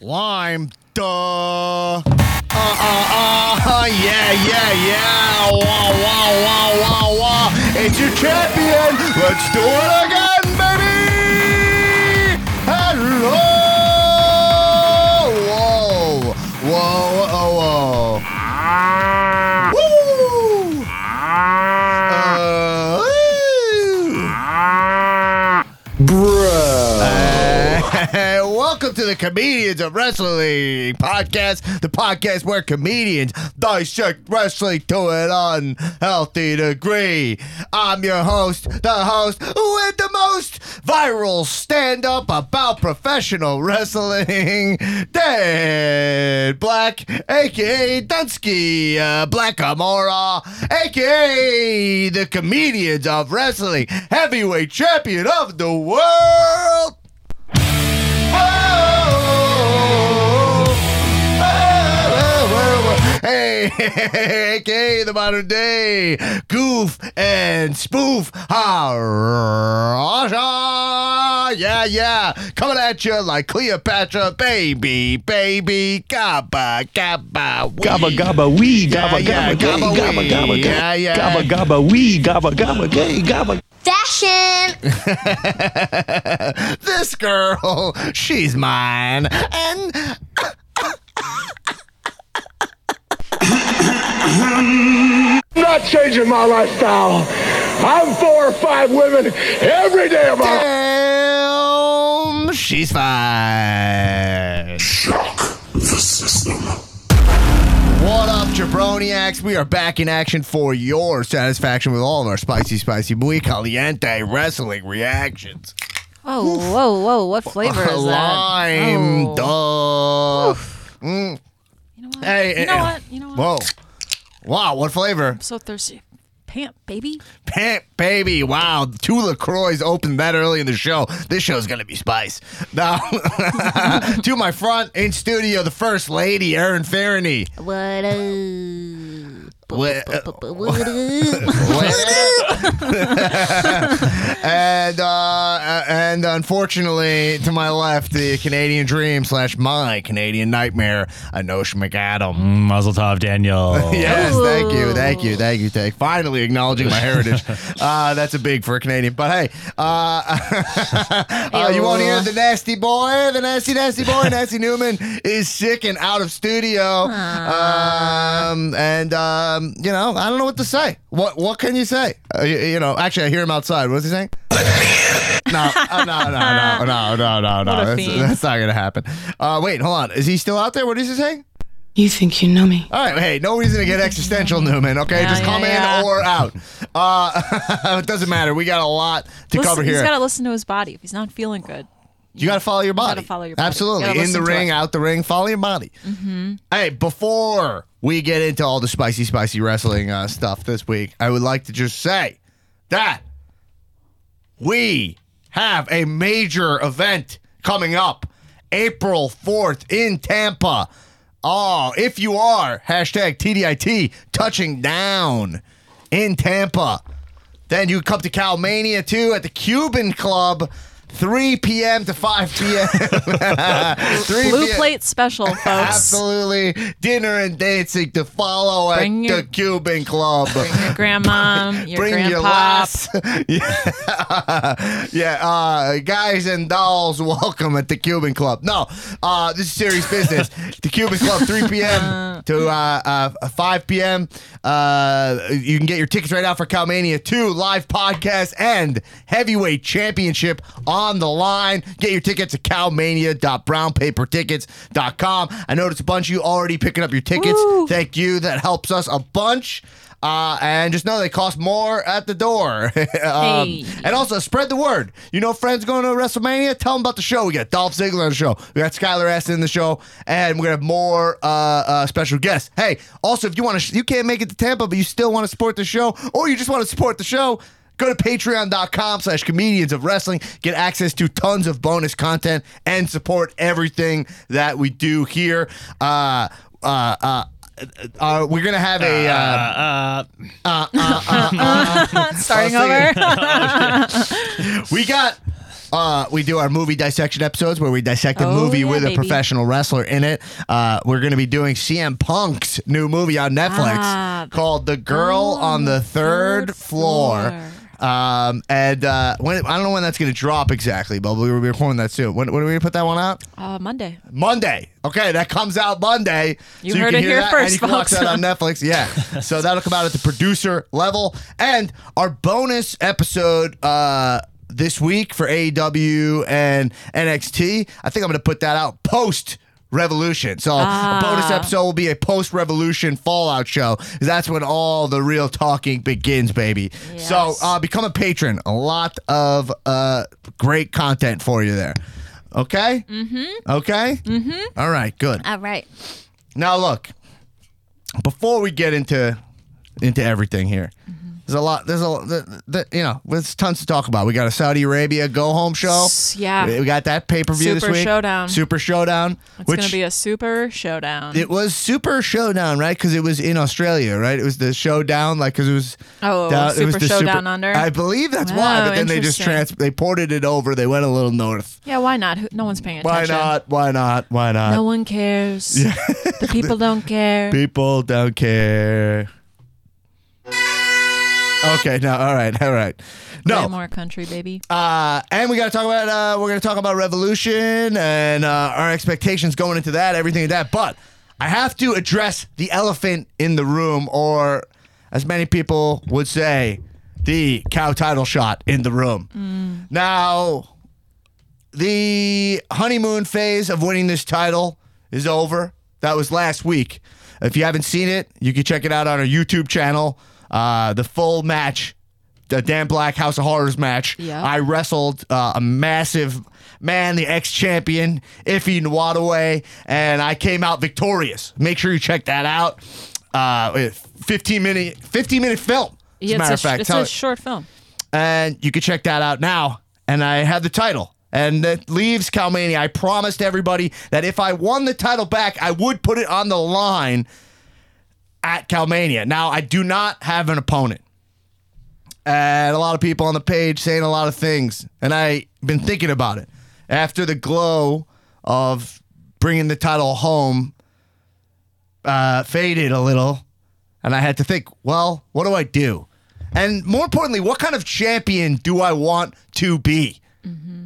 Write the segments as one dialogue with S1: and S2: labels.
S1: Lime. Duh. Uh, uh, uh, yeah, yeah, yeah. Wah, wah, wah, wah, wah. It's your champion. Let's do it again, baby. Hello. Whoa. Whoa, oh, whoa. Woo. Uh, woo. Hey, Uh, welcome to the Comedians of Wrestling podcast, the podcast where comedians dissect wrestling to an unhealthy degree. I'm your host, the host with the most viral stand up about professional wrestling, Dan Black, aka Dunsky uh, Black Amora, aka the Comedians of Wrestling Heavyweight Champion of the World. Hey, aka the modern day goof and spoof. Ha, yeah, yeah. Coming at you like Cleopatra, baby, baby, gabba, gabba, wee.
S2: Gabba gabba wee
S1: Yeah,
S2: gabba
S1: yeah,
S2: gabba gay
S1: gabba
S2: gabba
S1: wee.
S2: gabba gay
S1: Yeah, yeah.
S2: gabba gabba wee gabba gabba gay gabba
S3: Fashion!
S1: This girl, she's mine. And
S4: not changing my lifestyle. I'm four or five women every day of my
S1: damn, she's fine. What up, Jabroniacs? We are back in action for your satisfaction with all of our spicy, spicy, muy caliente wrestling reactions.
S5: Oh, whoa, whoa! What flavor is that?
S1: Oh, Lime,
S5: Oh.
S1: duh. Mm,
S5: You know what?
S1: Hey,
S5: you know
S1: eh,
S5: what? You know what?
S1: whoa. Wow, what flavor?
S5: I'm so thirsty. Pant, baby.
S1: Pant baby. Wow. Two LaCroix opened that early in the show. This show's going to be spice. Now, to my front in studio, the first lady, Erin Farney.
S3: What
S1: Uh, Wha-
S3: up?
S1: and uh, uh, and unfortunately, to my left, the Canadian dream slash my Canadian nightmare, Anosh McAdam.
S6: Mazel Tov, Daniel.
S1: Yes, thank you, thank you, thank you, thank. Finally acknowledging my heritage. Uh, that's a big for a Canadian. But hey, uh, uh, you want to hear the nasty boy, the nasty nasty boy, Nasty Newman is sick and out of studio. Um, and um, you know, I don't know what to say. What what can you say? Uh, you, you know, actually, I hear him outside. What's he saying? no, uh, no, no, no, no, no, no,
S5: What
S1: no.
S5: a
S1: That's,
S5: fiend.
S1: that's not gonna happen. Uh, wait, hold on. Is he still out there? What is he saying?
S7: You think you know me.
S1: All right, hey, no reason to get existential, Newman. Okay,
S5: Yeah,
S1: just come
S5: yeah,
S1: in
S5: yeah.
S1: or out. Uh, it doesn't matter. We got a lot to
S5: Listen-
S1: cover
S5: He's
S1: here.
S5: got to listen to his body. If he's not feeling good,
S1: you got to follow your body.
S5: gotta follow your body.
S1: Absolutely,
S5: Gotta
S1: in the
S5: listen to
S1: ring,
S5: us. Mm-hmm.
S1: out the ring, follow your body. Hey, before we get into all the spicy, spicy wrestling uh, stuff this week, I would like to just say that we have a major event coming up April 4th in Tampa. Oh, if you are, hashtag TDIT, touching down in Tampa. Then you come to Calmania too at the Cuban Club, 3 p.m. to 5 p.m. 3
S5: blue
S1: p.m.
S5: plate special, folks.
S1: Absolutely. Dinner and dancing to follow
S5: Bring
S1: at
S5: your-
S1: the Cuban Club.
S5: Your grandma, your
S1: Bring your
S5: grandpa.
S1: laughs. yeah, yeah. Uh, guys and dolls, welcome at the Cuban Club. No, uh, this is serious business. the Cuban Club, 3 p.m. to uh, uh, 5 p.m. Uh, you can get your tickets right out for Calmania 2 live podcast and heavyweight championship on the line. Get your tickets at calmania.brownpapertickets.com. I noticed a bunch of you already picking up your tickets.
S5: Woo.
S1: Thank you. That helps us a bunch. Uh, and just know they cost more at the door. um,
S5: Hey.
S1: And also, spread the word. You know, friends going to WrestleMania, tell them about the show. We got Dolph Ziggler on the show. We got Skylar Aston in the show. And we're going to have more uh, uh, special guests. Hey, also, if you want to, sh- you can't make it to Tampa, but you still want to support the show, or you just want to support the show, go to patreon.com slash comedians of wrestling. Get access to tons of bonus content and support everything that we do here. Uh, uh, uh, uh, we're gonna have a uh,
S6: Uh,
S5: Starting
S1: I was
S5: over.
S1: we got uh, we do our movie dissection episodes where we dissect a
S5: Oh,
S1: movie
S5: yeah,
S1: with a
S5: baby.
S1: professional wrestler in it. Uh, we're going to be doing CM Punk's new movie on Netflix
S5: Ah, oh,
S1: called The Girl on the Third,
S5: third
S1: Floor.
S5: floor.
S1: Um, and uh, when, I don't know when that's going to drop exactly, but we're going to be recording that soon. When, when are we going to put that one out?
S5: Uh, Monday.
S1: Monday. Okay, that comes out Monday.
S5: You heard it here
S1: that,
S5: first,
S1: and you can watch
S5: folks.
S1: that on Netflix. Yeah. so that'll come out at the producer level. And our bonus episode uh, this week for AEW and NXT, I think I'm going to put that out post. Revolution. So a bonus episode will be a post revolution fallout show. 'cause That's when all the real talking begins, baby. So
S5: Yes.
S1: uh, become a patron. A lot of uh, great content for you there. Okay? Mm-hmm. Okay? Mm-hmm. All right, good.
S5: All right.
S1: Now look, before we get into into everything here, there's a lot. There's a the, the, you know, there's tons to talk about. We got a Saudi Arabia go home show.
S5: S- yeah.
S1: we, we got that pay per view this
S5: Super
S1: week.
S5: Showdown.
S1: Super showdown.
S5: It's gonna be a super showdown.
S1: it was super showdown, right? Because it was in Australia, right? It was the showdown, like because it was
S5: Oh,
S1: it was
S5: Super
S1: the
S5: Showdown under?
S1: I believe that's why.
S5: Wow,
S1: But then they just trans
S5: interesting.
S1: they ported it over. They went a little north.
S5: yeah, why not? Who, no one's paying
S1: Why
S5: attention.
S1: not? Why not? Why not?
S5: No one cares. the people don't care.
S1: People don't care. Okay, no, all right, all right.
S5: Play
S1: No,
S5: more country, baby.
S1: uh, and we got to talk about uh, we're going to talk about revolution and uh, our expectations going into that, everything like that. But I have to address the elephant in the room, or as many people would say, the cow title shot in the room. Now, the honeymoon phase of winning this title is over. That was last week. If you haven't seen it, you can check it out on our YouTube channel. Uh, the full match, the Dan Black House of Horrors match.
S5: Yeah.
S1: I wrestled uh, a massive man, the ex champion, Iffy Nwadaway, and I came out victorious. Make sure you check that out. Uh, 15 minute 15 minute film. As
S5: Yeah,
S1: a matter of
S5: it's a,
S1: fact,
S5: it's
S1: Tell
S5: a
S1: it-
S5: short film.
S1: and you can check that out now. And I have the title. And that leaves Calmania. I promised everybody that if I won the title back, I would put it on the line at Calmania. Now, I do not have an opponent. And a lot of people on the page saying a lot of things. And I've been thinking about it. After the glow of bringing the title home uh, faded a little, and I had to think, well, what do I do? And more importantly, what kind of champion do I want to be? Mm-hmm.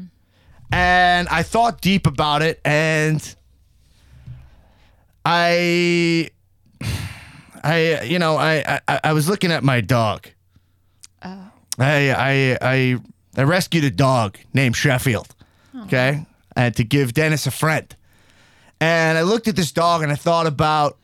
S1: And I thought deep about it, and I, I, you know, I, I, I was looking at my dog. Oh. I, I, I, I rescued a dog named Sheffield. Okay, and to give Dennis a friend. And I looked at this dog and I thought about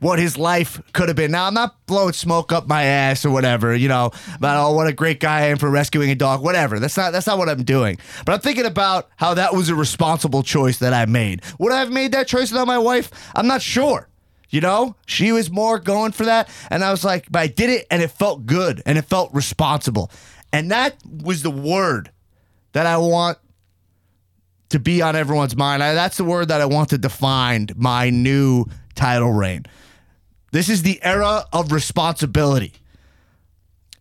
S1: what his life could have been. Now, I'm not blowing smoke up my ass or whatever, you know, about oh, what a great guy I am for rescuing a dog, whatever. That's not that's not what I'm doing. But I'm thinking about how that was a responsible choice that I made. Would I have made that choice without my wife? I'm not sure. You know, she was more going for that. And I was like, but I did it and it felt good and it felt responsible. And that was the word that I want to be on everyone's mind. I, that's the word that I want to define my new title reign. This is the era of responsibility.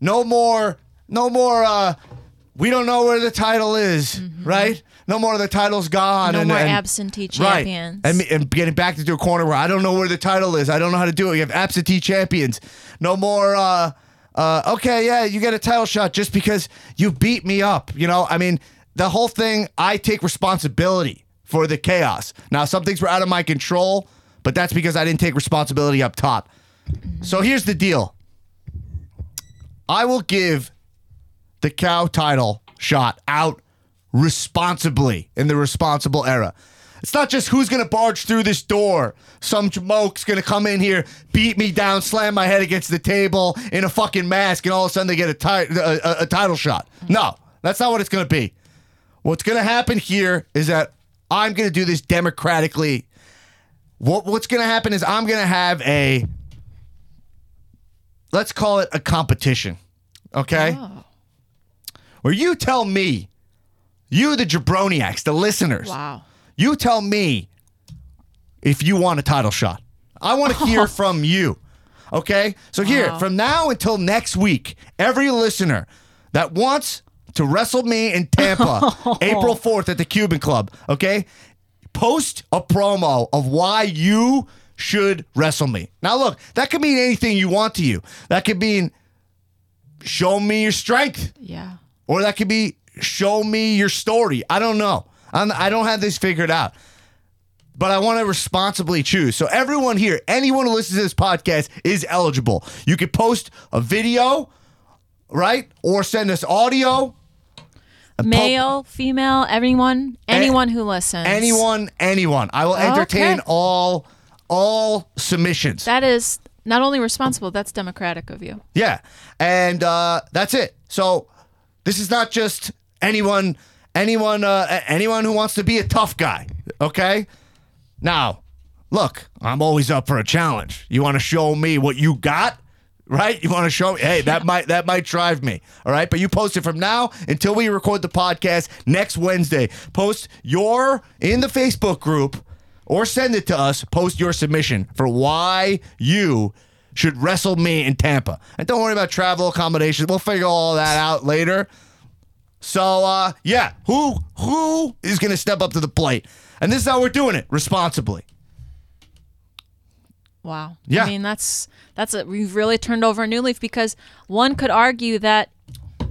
S1: No more, no more. Uh, we don't know where the title is, right? No more. The title's gone.
S5: Mm-hmm. No
S1: and-
S5: more
S1: and-
S5: absentee
S1: Right.
S5: champions.
S1: And, me- and getting back into a corner where I don't know where the title is. I don't know how to do it. You have absentee champions. No more. Uh, uh, okay, yeah, you get a title shot just because you beat me up. You know, I mean, the whole thing. I take responsibility for the chaos. Now, some things were out of my control, but that's because I didn't take responsibility up top. So here's the deal. I will give the cow title shot out responsibly in the responsible era. It's not just who's going to barge through this door. Some moke's going to come in here, beat me down, slam my head against the table in a fucking mask, and all of a sudden they get a, ti- a, a- a title shot. No, that's not what it's going to be. What's going to happen here is that I'm going to do this democratically. What, what's going to happen is I'm going to have a, let's call it a competition. Okay? where you tell me, you the jabroniacs, the listeners,
S5: wow.
S1: you tell me if you want a title shot. I want to hear from you. Okay? So here, from now until next week, every listener that wants to wrestle me in Tampa, April 4th at the Cuban Club, okay? Post a promo of why you should wrestle me. Now, look, that could mean anything you want to you. That could mean show me your strength
S5: Yeah.
S1: or that could be show me your story. I don't know. I'm, I don't have this figured out, but I want to responsibly choose. So everyone here, anyone who listens to this podcast is eligible. You could post a video, right, or send us audio.
S5: Male, female, everyone, anyone who listens.
S1: Anyone, anyone. I will entertain
S5: Okay.
S1: all all submissions.
S5: That is not only responsible, that's democratic of you.
S1: Yeah. And uh, that's it. So this is not just anyone anyone uh, a- anyone who wants to be a tough guy, okay? Now, look, I'm always up for a challenge. You want to show me what you got? Right? You want to show me, hey, that might that might drive me. All right? But you post it from now until we record the podcast next Wednesday. Post your in the Facebook group or send it to us. Post your submission for why you should wrestle me in Tampa. And don't worry about travel accommodations. We'll figure all that out later. So uh, yeah, who who is gonna step up to the plate? And this is how we're doing it responsibly.
S5: Wow.
S1: Yeah.
S5: I mean, that's that's a, we've really turned over a new leaf because one could argue that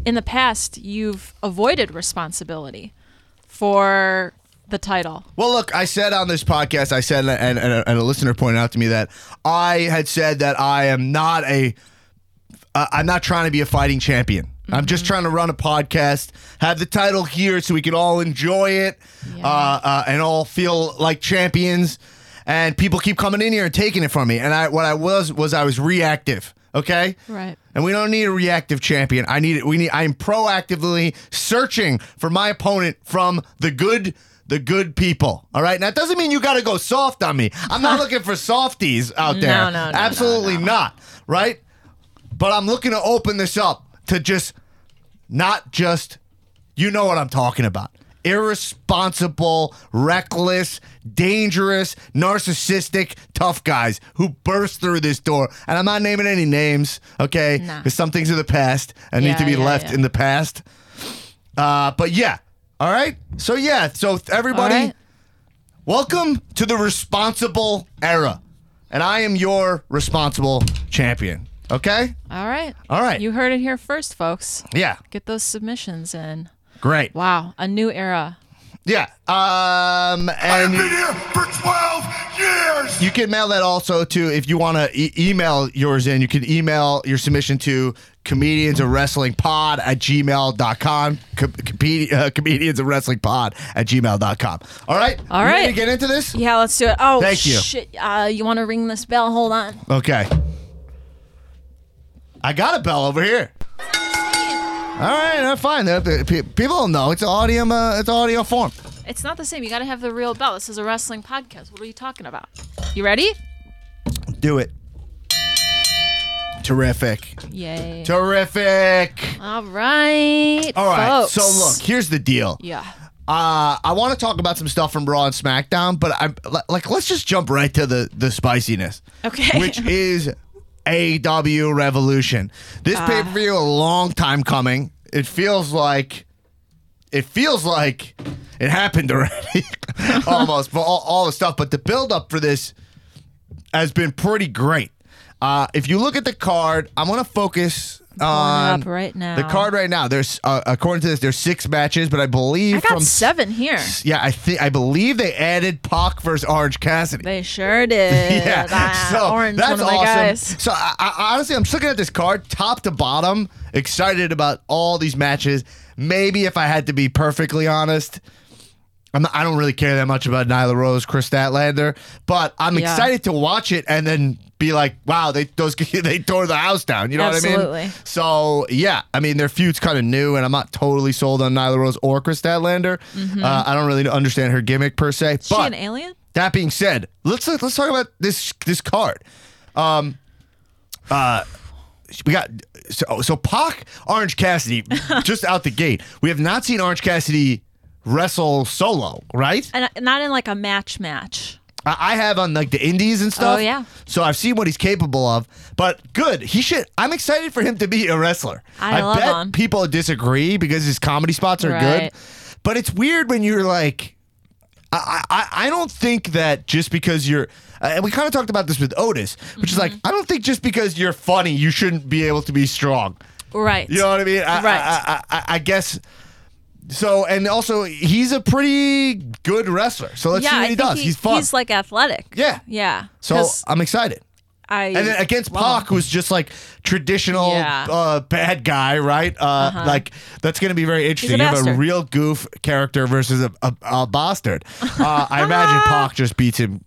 S5: in the past you've avoided responsibility for the title.
S1: Well, look, I said on this podcast, I said, and, and, and a listener pointed out to me that I had said that I am not a, uh, I'm not trying to be a fighting champion. I'm
S5: Mm-hmm.
S1: just trying to run a podcast, have the title here so we can all enjoy it,
S5: Yeah.
S1: uh, uh, and all feel like champions. And people keep coming in here and taking it from me. And I, what I was was I was reactive. Okay.
S5: Right.
S1: And we don't need a reactive champion. I need it. We need. I'm proactively searching for my opponent from the good, the good people. All right. Now it doesn't mean you got to go soft on me. I'm not looking for softies out there.
S5: No, no, no,
S1: Absolutely
S5: no, no.
S1: not. Right. But I'm looking to open this up to just not just you know what I'm talking about. Irresponsible, reckless, dangerous, narcissistic, tough guys who burst through this door. And I'm not naming any names, okay?
S5: Nah.
S1: Because some things are the past and need
S5: Yeah,
S1: to be
S5: yeah,
S1: left
S5: yeah.
S1: in the past. Uh, but yeah, all right. So yeah, so th- everybody,
S5: All right.
S1: welcome to the responsible era, and I am your responsible champion. Okay?
S5: All right.
S1: All right.
S5: You heard it here first, folks.
S1: Yeah.
S5: Get those submissions in.
S1: Great.
S5: Wow, a new era.
S1: Yeah. Um. And.
S4: here for 12 years.
S1: You can mail that also to if you want to e- email yours in. You can email your submission to comedians of wrestling pod at gmail.com. Com- comedi- uh, comedians of wrestling pod at gmail.com. All right.
S5: All
S1: You ready
S5: right.
S1: to get into this?
S5: Yeah, let's do it. Oh,
S1: Thank you.
S5: shit. Uh, you want to ring this bell? Hold on.
S1: Okay. I got a bell over here. All right, uh, fine. Uh, pe- pe- People will know it's audio. Uh, it's audio form.
S5: It's not the same. You got to have the real bell. This is a wrestling podcast. What are you talking about? You ready?
S1: Do it. Terrific.
S5: Yay.
S1: Terrific.
S5: All right.
S1: All right. So
S5: folks.
S1: look, here's the deal.
S5: Yeah.
S1: Uh, I want to talk about some stuff from Raw and SmackDown, but I'm li- like, let's just jump right to the the spiciness,
S5: Okay.
S1: which is AW Revolution. This
S5: Ah.
S1: pay per view a long time coming. It feels like, it feels like it happened already, almost. But all, all the stuff, but the build up for this has been pretty great. Uh, if you look at the card, I'm gonna focus on
S5: up right now.
S1: the card right now. There's uh, according to this, there's six matches, but I believe
S5: I got
S1: from
S5: seven here.
S1: yeah, I think I believe they added Pac versus Orange Cassidy.
S5: They sure did.
S1: yeah,
S5: Ah,
S1: so
S5: orange,
S1: that's
S5: one of my
S1: awesome.
S5: guys.
S1: So I, I, honestly, I'm just looking at this card top to bottom, excited about all these matches. Maybe if I had to be perfectly honest, I'm not, I don't really care that much about Nyla Rose, Chris Statlander, but I'm
S5: Yeah.
S1: excited to watch it and then be like, wow, they those they tore the house down. You know what I mean?
S5: Absolutely.
S1: So yeah, I mean their feud's kind of new, and I'm not totally sold on Nyla Rose or Chris Statlander. Uh, I don't really understand her gimmick per se.
S5: Is Mm-hmm. she
S1: but
S5: an alien?
S1: that being said, let's let's talk about this this card. Um, uh, we got so so Pac Orange Cassidy just out the gate. We have not seen Orange Cassidy wrestle solo, right?
S5: And uh, not in like a match match.
S1: I I have on like the indies and stuff.
S5: Oh, yeah.
S1: So I've seen what he's capable of. But good, he should. I'm excited for him to be a wrestler.
S5: I love
S1: bet
S5: him.
S1: people disagree because his comedy spots are
S5: Right.
S1: good. But it's weird when you're like, I, I, I don't think that just because you're, uh, and we kind of talked about this with Otis, which is like,
S5: Mm-hmm.
S1: I don't think just because you're funny, you shouldn't be able to be strong.
S5: Right.
S1: You know what I mean? I,
S5: Right.
S1: I, I, I, I guess. So and also he's a pretty good wrestler. So let's see
S5: yeah,
S1: what
S5: I
S1: he
S5: think
S1: does.
S5: he-
S1: he's fun.
S5: He's like athletic.
S1: Yeah.
S5: Yeah.
S1: so
S5: 'Cause
S1: I'm excited.
S5: I
S1: And then against Pac, who's just like traditional
S5: Yeah. Uh-huh.
S1: uh, bad guy, right? Uh, Like that's going to be very interesting. You have a
S5: bastard.
S1: real goof character versus a, a, a bastard. Uh, I imagine Pac just beats him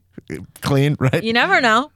S1: clean, right?
S5: you never know.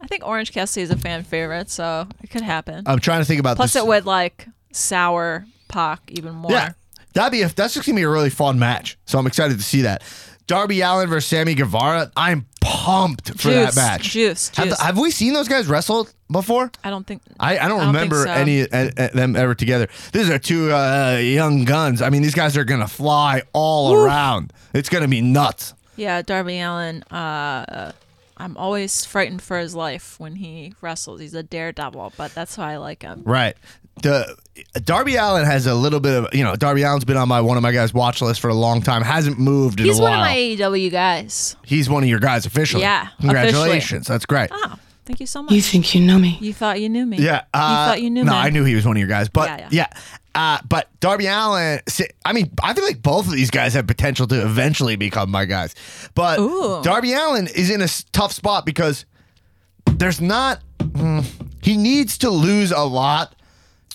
S5: I think Orange Cassidy is a fan favorite, so it could happen.
S1: I'm trying to think about
S5: Plus,
S1: this.
S5: it would like sour Pac even more.
S1: Yeah, that'd be a, that's just gonna be a really fun match. So I'm excited to see that. Darby Allen versus Sammy Guevara. I'm pumped for that
S5: Juice,
S1: match.
S5: juice,
S1: Have,
S5: juice.
S1: have we seen those guys wrestle before?
S5: I don't think.
S1: I, I don't
S5: I don't think
S1: remember
S5: so.
S1: any uh, uh, them ever together. These are two uh, young guns. I mean, these guys are gonna fly all around. It's gonna be nuts.
S5: Yeah, Darby Allen. Uh, I'm always frightened for his life when he wrestles. He's a daredevil, but that's why I like him.
S1: Right. The Darby Allen has a little bit of you know. Darby Allen's been on my one of my guys watch list for a long time. Hasn't moved in
S5: He's
S1: a while.
S5: one of my AEW guys.
S1: He's one of your guys officially.
S5: Yeah,
S1: Congratulations. That's great.
S5: Oh, thank you so much.
S7: You
S5: You,
S7: think you know me?
S5: thought you knew me.
S1: Yeah, uh,
S5: you thought you knew
S1: No,
S5: me.
S1: I knew he was one of your guys, but yeah,
S5: Yeah,
S1: Uh, but Darby Allen. si- I mean, I feel like both of these guys have potential to eventually become my guys, but
S5: Ooh.
S1: Darby Allen is in a s- tough spot because there's not. mm, he needs to lose a lot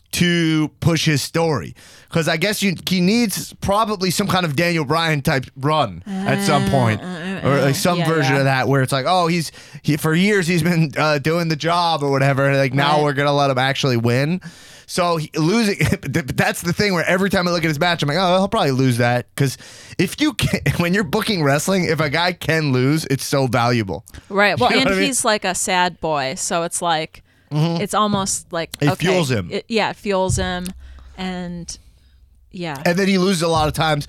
S1: to push his story because I guess you, he needs probably some kind of Daniel Bryan type run at some point or like some
S5: Uh, yeah,
S1: version
S5: yeah.
S1: of that where it's like oh he's he, for years he's been uh, doing the job or whatever and like now
S5: Right.
S1: we're gonna let him actually win so he, losing but that's the thing where every time I look at his match I'm like oh he'll probably lose that because if you can when you're booking wrestling if a guy can lose it's so valuable
S5: Right. Well,
S1: know
S5: and
S1: what I mean? Mm-hmm.
S5: he's like a sad boy, so it's like it's almost like
S1: It
S5: okay,
S1: fuels him.
S5: it- yeah, it fuels him, and yeah,
S1: and then he loses a lot of times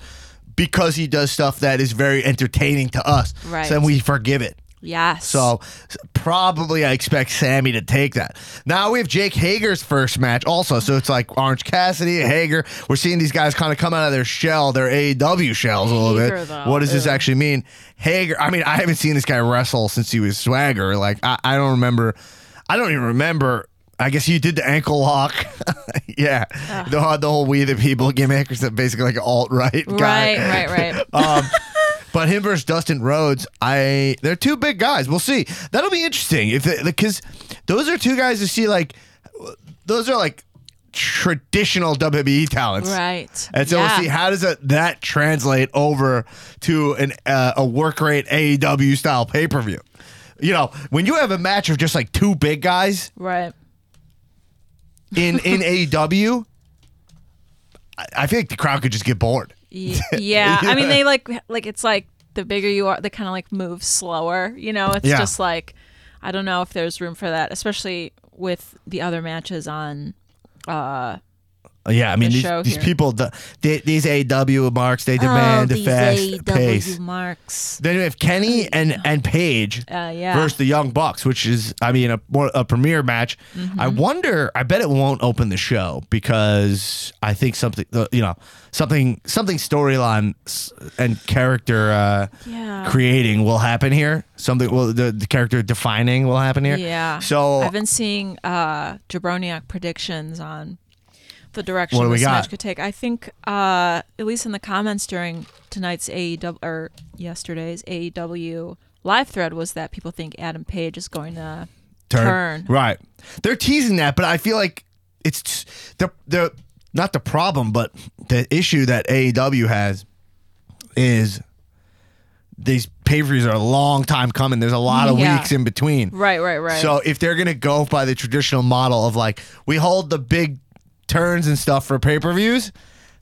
S1: because he does stuff that is very entertaining to us
S5: Right.
S1: so then we forgive it
S5: yes.
S1: So s- probably I expect Sammy to take that. Now we have Jake Hager's first match also. So it's like Orange Cassidy, Hager. We're seeing these guys kind of come out of their shell, their AEW shells a little
S5: Hager,
S1: bit.
S5: though.
S1: What does this
S5: Ew.
S1: actually mean? Hager, I mean, I haven't seen this guy wrestle since he was swagger. Like, I, I don't remember. I don't even remember. I guess you did the ankle lock. yeah. The, the whole We the People gimmick, or something, basically like an alt right guy.
S5: right, right, right.
S1: Um, but him versus Dustin Rhodes, I they're two big guys. We'll see. That'll be interesting if because those are two guys to see. Like those are like traditional WWE talents,
S5: right.
S1: And so
S5: Yeah.
S1: we'll see how does that, that translate over to an uh, a work rate AEW style pay per view. You know, when you have a match of just like two big guys
S5: right.
S1: in in AEW, I, I feel like the crowd could just get bored.
S5: Y- yeah. I
S1: Yeah.
S5: mean, they like like it's like the bigger you are, they kind of like move slower. You know, it's
S1: Yeah.
S5: just like I don't know if there's room for that, especially with the other matches on.
S1: Oh, Yeah, I mean
S5: the
S1: these,
S5: show
S1: these
S5: here.
S1: people, the, they, these AW marks, they demand
S5: oh,
S1: a
S5: these
S1: fast
S5: AEW
S1: pace.
S5: marks.
S1: Then we have Kenny and and Paige
S5: Uh, yeah.
S1: versus the Young Bucks, which is, I mean, a more- a premier match.
S5: Mm-hmm.
S1: I wonder. I bet it won't open the show because I think something, uh, you know, something something storyline s- and character uh,
S5: Yeah.
S1: creating will happen here. Something will the, the character defining will happen here.
S5: Yeah.
S1: So
S5: I've been seeing uh, Jabroniak predictions on the direction
S1: What do we
S5: this
S1: got?
S5: match could take. I think, uh, at least in the comments during tonight's AEW or yesterday's AEW live thread, was that people think Adam Page is going to turn.
S1: Right. They're teasing that, but I feel like it's t- the the not the problem, but the issue that AEW has is these pay per views are a long time coming. There's a lot of
S5: Yeah.
S1: weeks in between.
S5: Right, right, right.
S1: So if they're gonna go by the traditional model of like we hold the big turns and stuff for pay per views,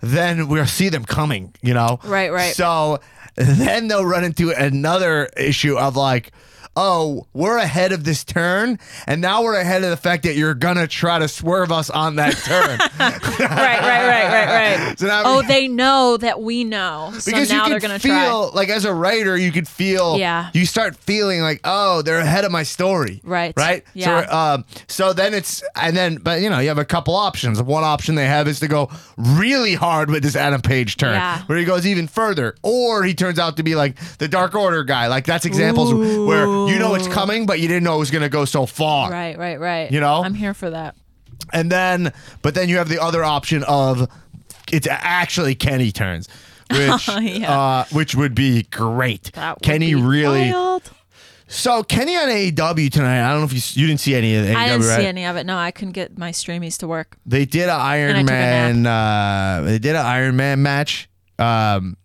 S1: then we'll see them coming. You know.
S5: Right, right.
S1: So Then they'll run into another issue of like, oh, we're ahead of this turn, and now we're ahead of the fact that you're gonna try to swerve us on that turn.
S5: right, right, right, right, right.
S1: So now-
S5: oh, they know that we know. So
S1: because
S5: now
S1: you
S5: they're
S1: can
S5: gonna try.
S1: feel like as a writer, you could feel.
S5: Yeah.
S1: You start feeling like, oh, they're ahead of my story.
S5: Right.
S1: Right.
S5: Yeah.
S1: So, um, so then it's and then, but you know, you have a couple options. One option they have is to go really hard with this Adam Page turn,
S5: Yeah.
S1: where he goes even further, or he turns out to be like the Dark Order guy. Like that's examples where you know it's coming, but you didn't know it was gonna go so far.
S5: Right, right, right.
S1: You know?
S5: I'm here for that.
S1: And then, but then you have the other option of it's actually Kenny turns, which
S5: Yeah.
S1: uh, which would be great.
S5: That would
S1: Kenny
S5: be
S1: really.
S5: wild.
S1: So Kenny on AEW tonight. I don't know if you s- you didn't see any of the AEW,
S5: I didn't
S1: E right?
S5: see any of it. No, I couldn't get my streamies to work.
S1: They did an Iron
S5: And I took
S1: Man. Uh, they did an Iron Man match, um,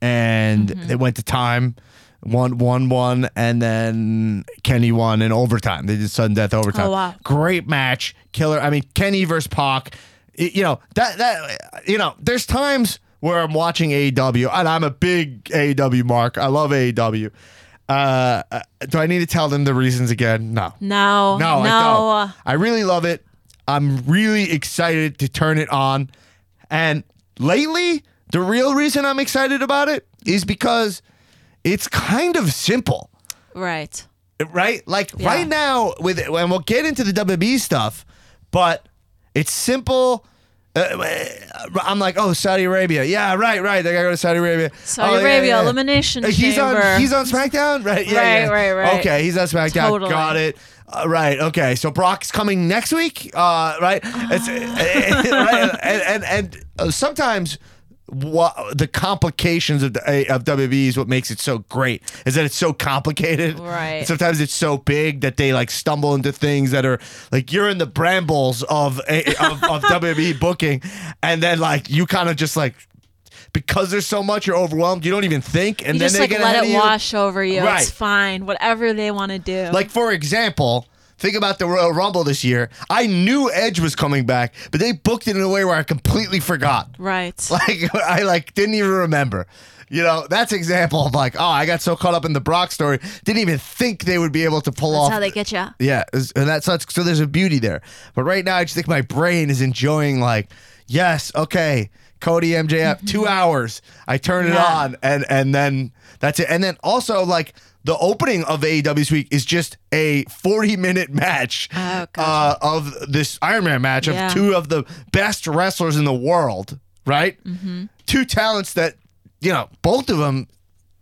S1: and
S5: Mm-hmm.
S1: they went to time. One, one, one, and then Kenny won in overtime. They did sudden death overtime.
S5: Oh, wow.
S1: Great match, killer. I mean, Kenny versus Pac. y- You know that that you know. There's times where I'm watching AEW, and I'm a big AEW mark. I love AEW. Uh, uh, do I need to tell them the reasons again? No.
S5: No,
S1: No, I
S5: Oh, no.
S1: don't. I really love it. I'm really excited to turn it on. And lately, the real reason I'm excited about it is because it's kind of simple,
S5: Right.
S1: right? Like right now, with and we'll get into the WB stuff, but it's simple. Uh, I'm like, oh, Saudi Arabia. Yeah, right, right. They gotta go to Saudi Arabia.
S5: Saudi
S1: Oh, yeah,
S5: Arabia
S1: yeah.
S5: elimination
S1: Uh, He's
S5: chamber.
S1: on. He's on SmackDown, right? Yeah,
S5: Right,
S1: yeah.
S5: right, right.
S1: Okay, he's on SmackDown.
S5: Totally.
S1: Got it. Uh, right. Okay. So Brock's coming next week. Uh, right. It's, right, And and, and uh, sometimes. wha- the complications of the, eh, of WWE is what makes it so great. Is that it's so complicated?
S5: Right.
S1: Sometimes it's so big that they like stumble into things that are like you're in the brambles of eh, of, of WWE booking, and then like you kind of just like because there's so much you're overwhelmed. You don't even think, and
S5: You
S1: then
S5: just
S1: they
S5: like
S1: get
S5: let
S1: ahead of
S5: it
S1: you.
S5: wash over you.
S1: Right.
S5: It's fine. Whatever they want to do.
S1: Like for example, think about the Royal Rumble this year. I knew Edge was coming back, but they booked it in a way where I completely forgot.
S5: right.
S1: Like I like didn't even remember. You know, that's example of like, oh, I got so caught up in the Brock story, didn't even think they would be able to pull
S5: That's
S1: off.
S5: how they get you.
S1: yeah, is- and that's that's- so there's a beauty there. But right now, I just think my brain is enjoying like, yes, okay, Cody MJF, two hours. I turn it
S5: Mm-hmm. Yeah.
S1: on, and and then that's it. And then also like the opening of AEW's week is just a 40 minute match
S5: Oh,
S1: uh,
S5: gotcha.
S1: of this Iron Man match of
S5: Yeah.
S1: two of the best wrestlers in the world, right? Mm-hmm. Two talents that you know both of them.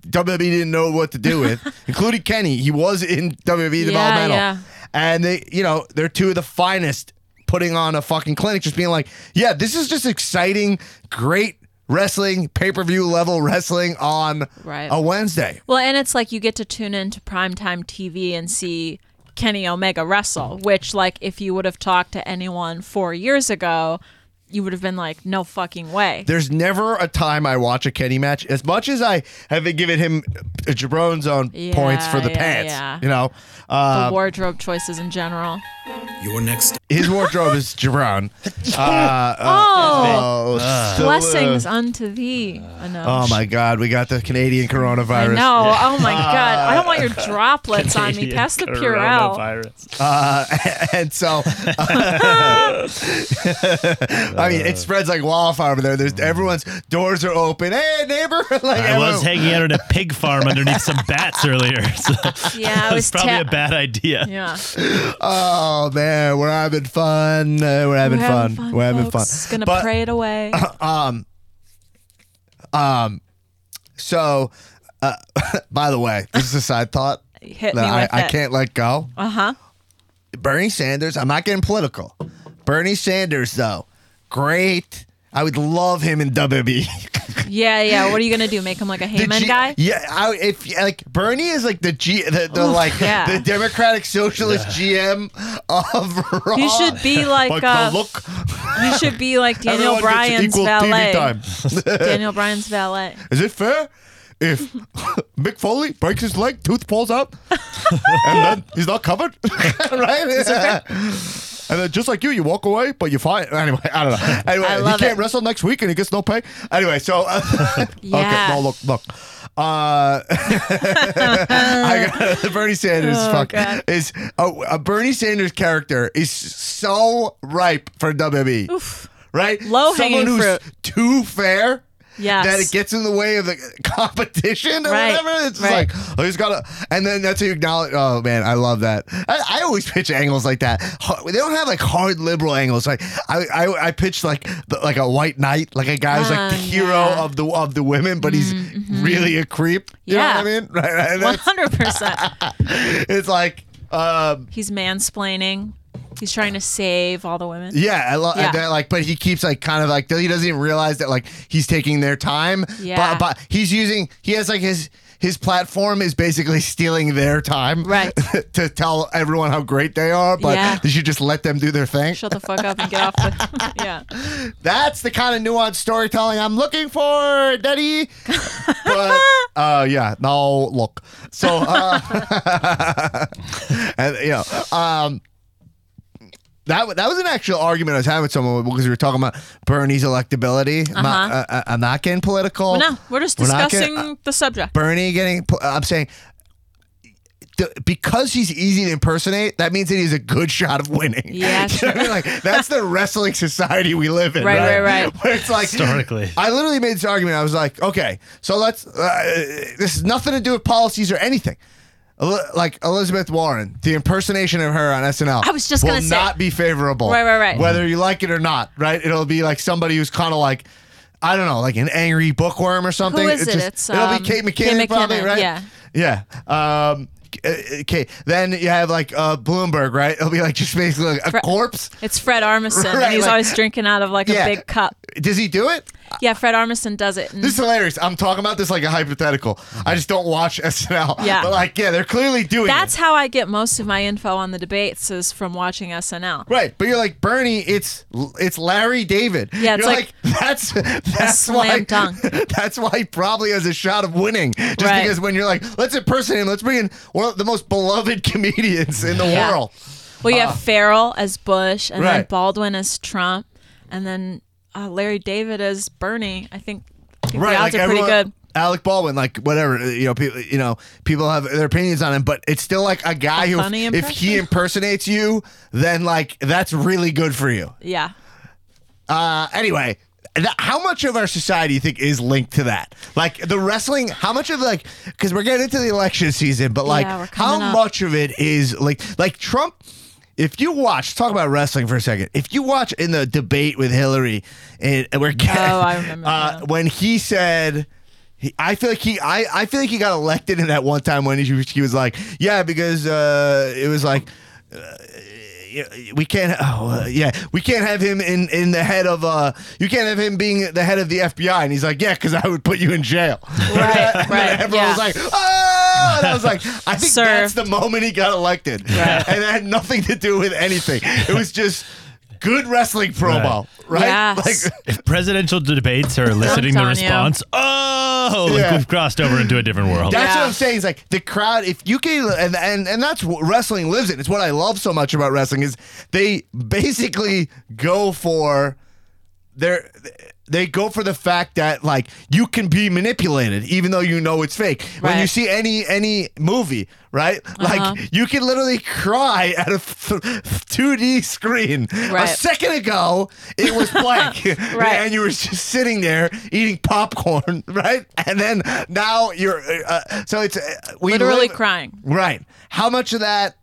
S1: WWE E didn't know what to do with, including Kenny. He was in WWE
S5: Yeah,
S1: developmental.
S5: yeah.
S1: And they, you know, they're two of the finest putting on a fucking clinic, just being like, yeah, this is just exciting, great wrestling, pay per view level wrestling on
S5: Right.
S1: a Wednesday.
S5: Well, and it's like you get to tune into primetime TV and see Kenny Omega wrestle, which, like, if you would have talked to anyone four years ago, you would have been like, no fucking way.
S1: There's never a time I watch a Kenny match as much as I have been giving him uh, Jabron's own
S5: Yeah,
S1: points for the
S5: yeah,
S1: pants.
S5: yeah.
S1: You know, uh,
S5: the wardrobe choices in general.
S7: Your next
S1: his wardrobe is Jabron. uh,
S5: Oh,
S1: Oh, so-
S5: blessings
S1: Uh,
S5: unto thee.
S1: Oh
S5: Anuj.
S1: my God, we got the Canadian
S5: I
S1: coronavirus.
S5: know. Oh my God. I don't want your droplets on me. Pass the Purell.
S6: Coronavirus.
S1: and so uh, I mean it spreads like wildfire over there. There's everyone's doors are open. Hey neighbor, like
S6: Mm-hmm. I was
S1: everyone-
S6: hanging out at a pig farm underneath some bats earlier. So
S5: Yeah, I
S6: that
S5: was
S6: was probably
S5: ta-
S6: a bad idea.
S5: Yeah.
S1: oh man, we're having fun. Uh, we're having,
S5: We're
S1: fun.
S5: having fun.
S1: We're having fun.
S5: folks. Gonna
S1: But-
S5: pray it away.
S1: So, uh, by the way, this is a side thought
S5: Hit
S1: that
S5: me
S1: I,
S5: with
S1: I
S5: it.
S1: can't let go.
S5: Uh huh.
S1: Bernie Sanders. I'm not getting political. Bernie Sanders, though, great. I would love him in E. WWE.
S5: Yeah, yeah. What are you gonna do? Make him like a Heyman
S1: G-
S5: guy?
S1: Yeah, I, if like Bernie is like the G, the, the
S5: Oof,
S1: like
S5: yeah.
S1: the Democratic Socialist GM of Raw.
S5: He should be like,
S1: Like,
S5: uh,
S1: the look.
S5: he should be like Daniel
S1: everyone gets
S5: Bryan's
S1: equal TV
S5: valet.
S1: time.
S5: Daniel Bryan's valet.
S1: Is it fair if Mick Foley breaks his leg, tooth falls out, and then he's not covered, right? And then just like you, you walk away, but you fight. Anyway, I don't know. Anyway,
S5: I
S1: he
S5: love
S1: can't
S5: it.
S1: wrestle next week and he gets no pay. Anyway, so.
S5: Yeah.
S1: Okay, no, look, look. Uh, I got, Bernie Sanders
S5: Oh,
S1: fuck,
S5: God.
S1: is a, a Bernie Sanders character is so ripe for E. WWE. Right? Someone
S5: Low-hanging
S1: who's
S5: fruit.
S1: too fair.
S5: Yes.
S1: That it gets in the way of the competition or
S5: Right,
S1: whatever. It's just
S5: right.
S1: like, oh, he's got to. And then that's how you acknowledge. Oh, man, I love that. I, I always pitch angles like that. Har- They don't have like hard liberal angles. Like, I I, I pitched like the, like a white knight, like a guy who's like the
S5: Oh,
S1: hero
S5: yeah. Mm-hmm.
S1: of the of the women, but he's really a creep. You
S5: Yeah.
S1: know what I mean? Right. right. And
S5: One
S1: that's-
S5: hundred percent.
S1: It's like, um,
S5: He's mansplaining. He's trying to save all the women.
S1: Yeah, I love
S5: Yeah.
S1: that. Like, but he keeps like kind of like he doesn't even realize that like he's taking their time.
S5: Yeah.
S1: But, but he's using he has like his his platform is basically stealing their time.
S5: Right.
S1: to tell everyone how great they are, but
S5: Yeah.
S1: they should just let them do their thing.
S5: Shut the fuck up and get off the. yeah.
S1: That's the kind of nuanced storytelling I'm looking for, Daddy. but uh, yeah, no, look. So, uh, and you know, um, that w- that was an actual argument I was having with someone because we were talking about Bernie's electability. I'm, not, uh, uh, I'm not getting political.
S5: Uh-huh. Well, no, we're just
S1: We're not
S5: discussing
S1: getting-
S5: the subject.
S1: Bernie getting. pl- I'm saying. th- Because he's easy to impersonate, that means that he's a good shot of winning.
S5: Yeah,
S1: You know what I mean? like that's the wrestling society we live in.
S5: Right,
S1: Right,
S5: right, right.
S1: Where it's like
S6: Historically.
S1: I literally made this argument. I was like, okay, so let's. Uh, this has nothing to do with policies or anything. El- Like Elizabeth Warren, the impersonation of her on SNL.
S5: I was just
S1: will
S5: gonna say-
S1: not be favorable.
S5: Right, right, right.
S1: Whether you like it or not, right? It'll be like somebody who's kind of like. I don't know, like an angry bookworm or something.
S5: is it? It's,
S1: it'll
S5: um,
S1: be Kate McKinnon,
S5: Kate
S1: probably,
S5: McKinnon,
S1: right?
S5: yeah.
S1: Yeah. Um, okay. Then you have like uh, Bloomberg, right? It'll be like just basically like a corpse.
S5: It's Fred Armisen,
S1: Right,
S5: and he's
S1: like-
S5: always drinking out of like
S1: Yeah.
S5: a big cup.
S1: Does he do it?
S5: Yeah, Fred Armisen does it. and-
S1: This is hilarious. I'm talking about this like a hypothetical. I just don't watch SNL.
S5: Yeah.
S1: But like, yeah, they're clearly doing
S5: That's
S1: it.
S5: how I get most of my info on the debates is from watching SNL.
S1: Right, but you're like Bernie. It's it's Larry David.
S5: Yeah, it's
S1: you're
S5: like
S1: that's that's
S5: slam
S1: why
S5: dunk.
S1: that's why he probably has a shot of winning. Just
S5: Right.
S1: because when you're like, let's impersonate him. Let's bring in one of the most beloved comedians in the
S5: Yeah.
S1: world.
S5: Well, you have Farrell as Bush, and then
S1: Ah. Right.
S5: Baldwin as Trump, and then uh, Larry David as Bernie. I think, I think
S1: right,
S5: the odds
S1: like
S5: are pretty
S1: everyone-
S5: good.
S1: Alec Baldwin, like whatever, uh, you know, people, you know, people have their opinions on him, but it's still like a guy
S5: A
S1: who,
S5: funny
S1: if, if he impersonates you, then like that's really good for you.
S5: Yeah.
S1: Uh, anyway, th- how much of our society you think is linked to that? Like the wrestling, how much of like because we're getting into the election season, but like
S5: we're
S1: how
S5: coming up.
S1: much of it is like like Trump? If you watch, talk about wrestling for a second. If you watch in the debate with Hillary, and and we're getting,
S5: Oh, I remember
S1: uh,
S5: now.
S1: when he said. he- I feel like he, I, I feel like he got elected in that one time when he, he was like, yeah, because uh, it was like, we can't. Oh, uh, yeah, we can't have him in in the head of. Uh, you can't have him being the head of the FBI. And he's like, yeah, because I would put you in jail.
S5: Right.
S1: And
S5: right.
S1: everyone
S5: Yeah.
S1: was like, oh. And I was like, I think
S5: Sir.
S1: that's the moment he got elected, and it had nothing to do with anything. It was just good wrestling promo, right?
S5: Yes.
S1: Like,
S6: If presidential debates are eliciting the
S5: on you.
S6: response, oh, like
S1: Yeah.
S6: we've crossed over into a different world.
S1: That's
S5: Yeah.
S1: what I'm saying. Is like the crowd. If you can, and and and that's what wrestling lives in. It's what I love so much about wrestling is they basically go for their. They go for the fact that like you can be manipulated, even though you know it's fake. When you
S5: Right. Uh-huh.
S1: see any any movie, right? Like you can literally cry at a two D screen.
S5: Right.
S1: A second ago, it was blank,
S5: Right.
S1: and you were just sitting there eating popcorn, right? And then now you're uh, so it's uh, we
S5: Literally
S1: live-
S5: crying.
S1: Right. How much of that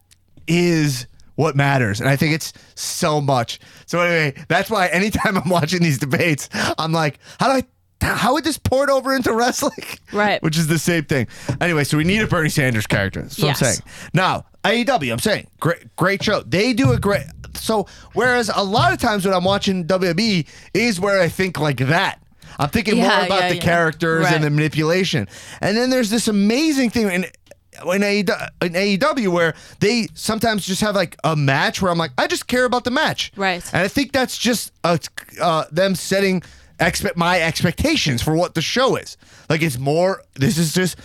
S1: is what matters? And I think it's so much. So anyway, that's why anytime I'm watching these debates, I'm like, how do I? How would this port over into wrestling?
S5: Right.
S1: Which is the same thing. Anyway, so we need a Bernie Sanders character. That's what
S5: Yes.
S1: I'm saying. Now, AEW, I'm saying great, great show. They do a great. So, whereas a lot of times when I'm watching WWE is where I think like that. I'm thinking
S5: Yeah,
S1: more about
S5: yeah,
S1: the
S5: yeah.
S1: characters
S5: Right.
S1: and the manipulation. And then there's this amazing thing in. In AEW, in AEW, where they sometimes just have like a match where I'm like, I just care about the match,
S5: Right.
S1: And I think that's just uh, uh, them setting expe- my expectations for what the show is. Like it's more. This is just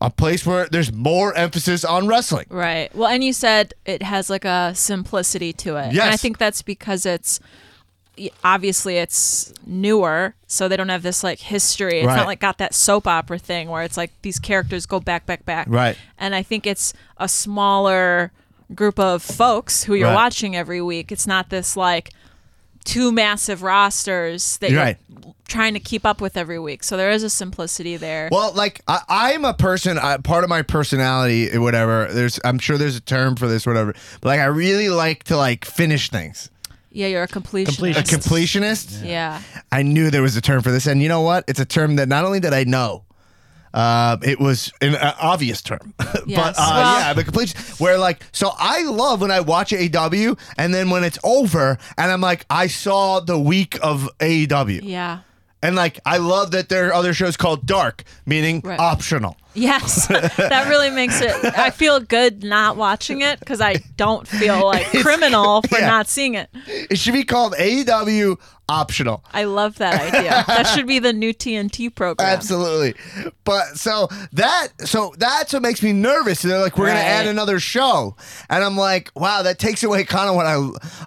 S1: a place where there's more emphasis on wrestling.
S5: Right. Well, and you said it has like a simplicity to it. And I
S1: Yes.
S5: think that's because it's y- obviously it's newer, so they don't have this like history. It's
S1: Right.
S5: not like got that soap opera thing where it's like these characters go back, back, back.
S1: Right.
S5: And I think it's a smaller group of folks who you're
S1: Right.
S5: watching every week. It's not this like two massive rosters that
S1: You're
S5: you're
S1: right.
S5: trying to keep up with every week. So there is a simplicity there.
S1: Well, like I, I'm a person. I, part of my personality, whatever. There's, I'm sure there's a term for this, whatever. But like, I really like to like finish things.
S5: yeah, you're a completionist.
S1: A completionist.
S5: yeah.
S1: I knew there was a term for this, and you know what? It's a term that not only did I know, uh, it was an uh, obvious term. but uh,
S5: Yes. Well-
S1: yeah, the complete where like so I love when I watch AEW, and then when it's over, and I'm like, I saw the week of AEW,
S5: Yeah.
S1: and like I love that there are other shows called Dark, meaning
S5: Right.
S1: optional.
S5: Yes, that really makes it. I feel good not watching it because I don't feel like criminal for
S1: yeah.
S5: not seeing it.
S1: It should be called AEW optional.
S5: I love that idea. That should be the new TNT program.
S1: Absolutely. But so that so that's what makes me nervous. They're like, we're gonna
S5: Right.
S1: add another show. And I'm like, wow, that takes away kind of what I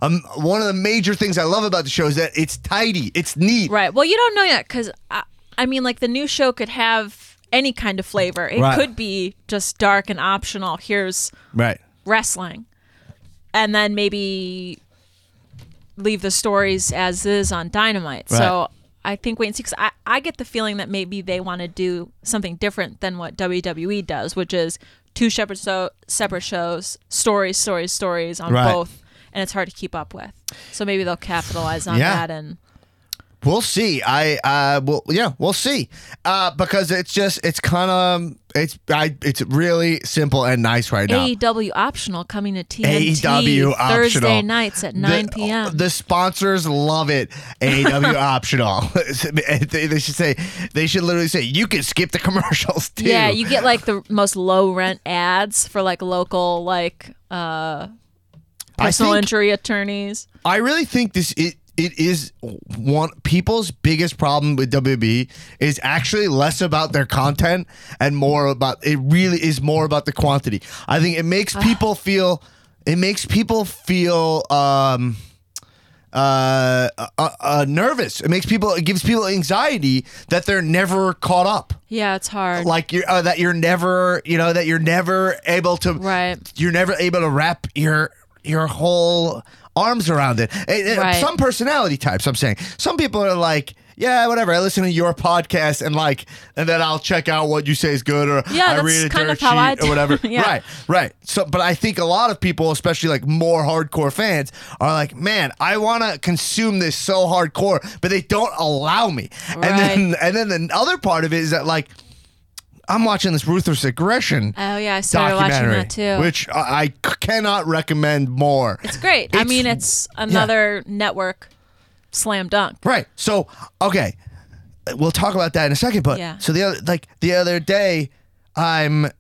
S1: um one of the major things I love about the show is that it's tidy, it's neat.
S5: Right. Well, you don't know yet because I, I mean, like the new show could have any kind of flavor. It
S1: Right.
S5: could be just dark and optional. Here's
S1: Right.
S5: wrestling, and then maybe leave the stories as is on Dynamite. So I think wait and see. 'cause I I get the feeling that maybe they want to do something different than what WWE does, which is two separate so separate shows, stories, stories, stories on
S1: Right.
S5: both, and it's hard to keep up with. So maybe they'll capitalize on
S1: Yeah.
S5: that and.
S1: We'll see. I uh well yeah, we'll see. Uh because it's just it's kinda um, it's I it's really simple and nice right now.
S5: AEW E optional coming to TNT
S1: AEW
S5: Thursday
S1: E optional.
S5: nights at 9
S1: the,
S5: p.m.
S1: The sponsors love it. AEW optional. they, they should say they should literally say you can skip the commercials too.
S5: yeah, you get like the most low rent ads for like local like uh personal
S1: I think,
S5: injury attorneys.
S1: I really think this it it is one people's biggest problem with WB is actually less about their content and more about it really is more about the quantity. I think it makes people feel it makes people feel um uh, uh, uh nervous. It makes people it gives people anxiety that they're never caught up.
S5: Yeah, it's hard.
S1: Like you uh, that you're never, you know, that you're never able to
S5: Right.
S1: You're never able to wrap your your whole arms around it. And- and
S5: Right.
S1: Some personality types, I'm saying. Some people are like yeah, whatever. I listen to your podcast and like, and then I'll check out what you say is good, or
S5: Yeah,
S1: I
S5: that's
S1: read a
S5: kind
S1: dirt
S5: of how I
S1: sheet
S5: do-
S1: or whatever.
S5: Yeah.
S1: Right, right. So, but I think a lot of people, especially like more hardcore fans, are like, man, I want to consume this so hardcore, but they don't allow me.
S5: Right.
S1: And then, and then the other part of it is that like, I'm watching this ruthless aggression.
S5: oh yeah, I started watching
S1: documentary,
S5: that too.
S1: which I I c- cannot recommend more.
S5: it's great. I
S1: it's-
S5: mean, it's another network slam dunk.
S1: Right. So okay, we'll talk about that in a second. But
S5: Yeah.
S1: so the other like the other day, I'm.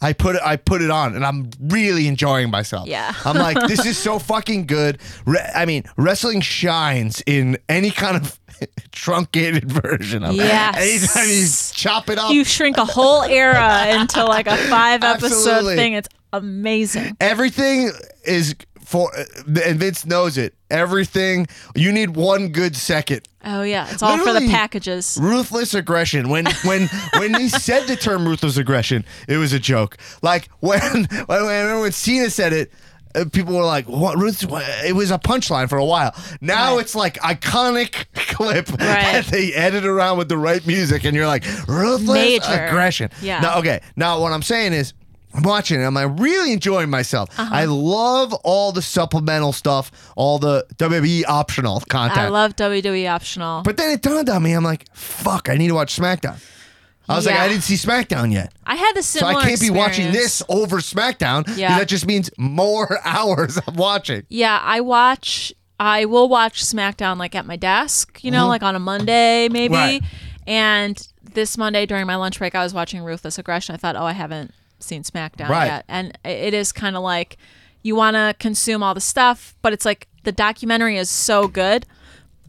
S1: I put it, I put it on, and I'm really enjoying myself.
S5: Yeah.
S1: I'm like, this is so fucking good. Re- I mean, wrestling shines in any kind of truncated version of
S5: Yes.
S1: it. Anytime you chop it up,
S5: You shrink a whole era into like a five episode
S1: Absolutely.
S5: thing. It's amazing.
S1: everything is for, and Vince knows it. Everything you need one good second.
S5: Oh yeah, it's all for the
S1: Literally-
S5: packages.
S1: Ruthless aggression. When when when he said the term ruthless aggression, it was a joke. Like when, when I remember when Cena said it, uh, people were like, "What Ruth?" what?" It was a punchline for a while. Now
S5: Right.
S1: it's like iconic clip that they edit around with the right music, and you're like, "Ruthless
S5: Major.
S1: aggression."
S5: Yeah.
S1: Now, okay. Now what I'm saying is. I'm watching it. I'm like really enjoying myself.
S5: Uh-huh.
S1: I love all the supplemental stuff, all the WWE optional content.
S5: I love WWE optional.
S1: But then it dawned on me, I'm like, fuck, I need to watch SmackDown. I was like,
S5: Yeah.
S1: I didn't see SmackDown yet.
S5: I had the
S1: So
S5: similar.
S1: I can't be watching
S5: experience.
S1: this over SmackDown. 'cause
S5: Yeah.
S1: That just means more hours of watching.
S5: Yeah, I watch. I will watch SmackDown like at my desk, you know, like on a Monday
S1: Mm-hmm.
S5: maybe.
S1: Right.
S5: And this Monday during my lunch break, I was watching Ruthless Aggression. I thought, oh, I haven't seen SmackDown
S1: Right.
S5: yet, and i- it is kind of like you want to consume all the stuff, but it's like the documentary is so good.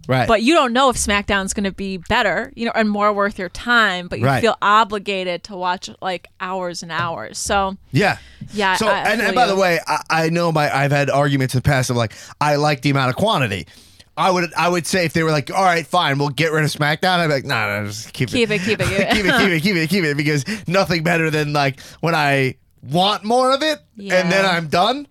S1: Right.
S5: But you don't know if SmackDown's going to be better, you know, and more worth your time. But you
S1: Right.
S5: feel obligated to watch like hours and hours. So
S1: Yeah.
S5: Yeah,
S1: So
S5: I- I
S1: and,
S5: feel
S1: and by the
S5: you.
S1: way, I, I know my I've had arguments in the past of like I like the amount of quantity. I would I would say if they were like, all right, fine, we'll get rid of SmackDown. I'd be like, no, no, just keep,
S5: Keep it, keep it, keep it.
S1: keep it, keep it, keep it, keep it, because nothing better than like when I want more of it and then
S5: Yeah.
S1: I'm done.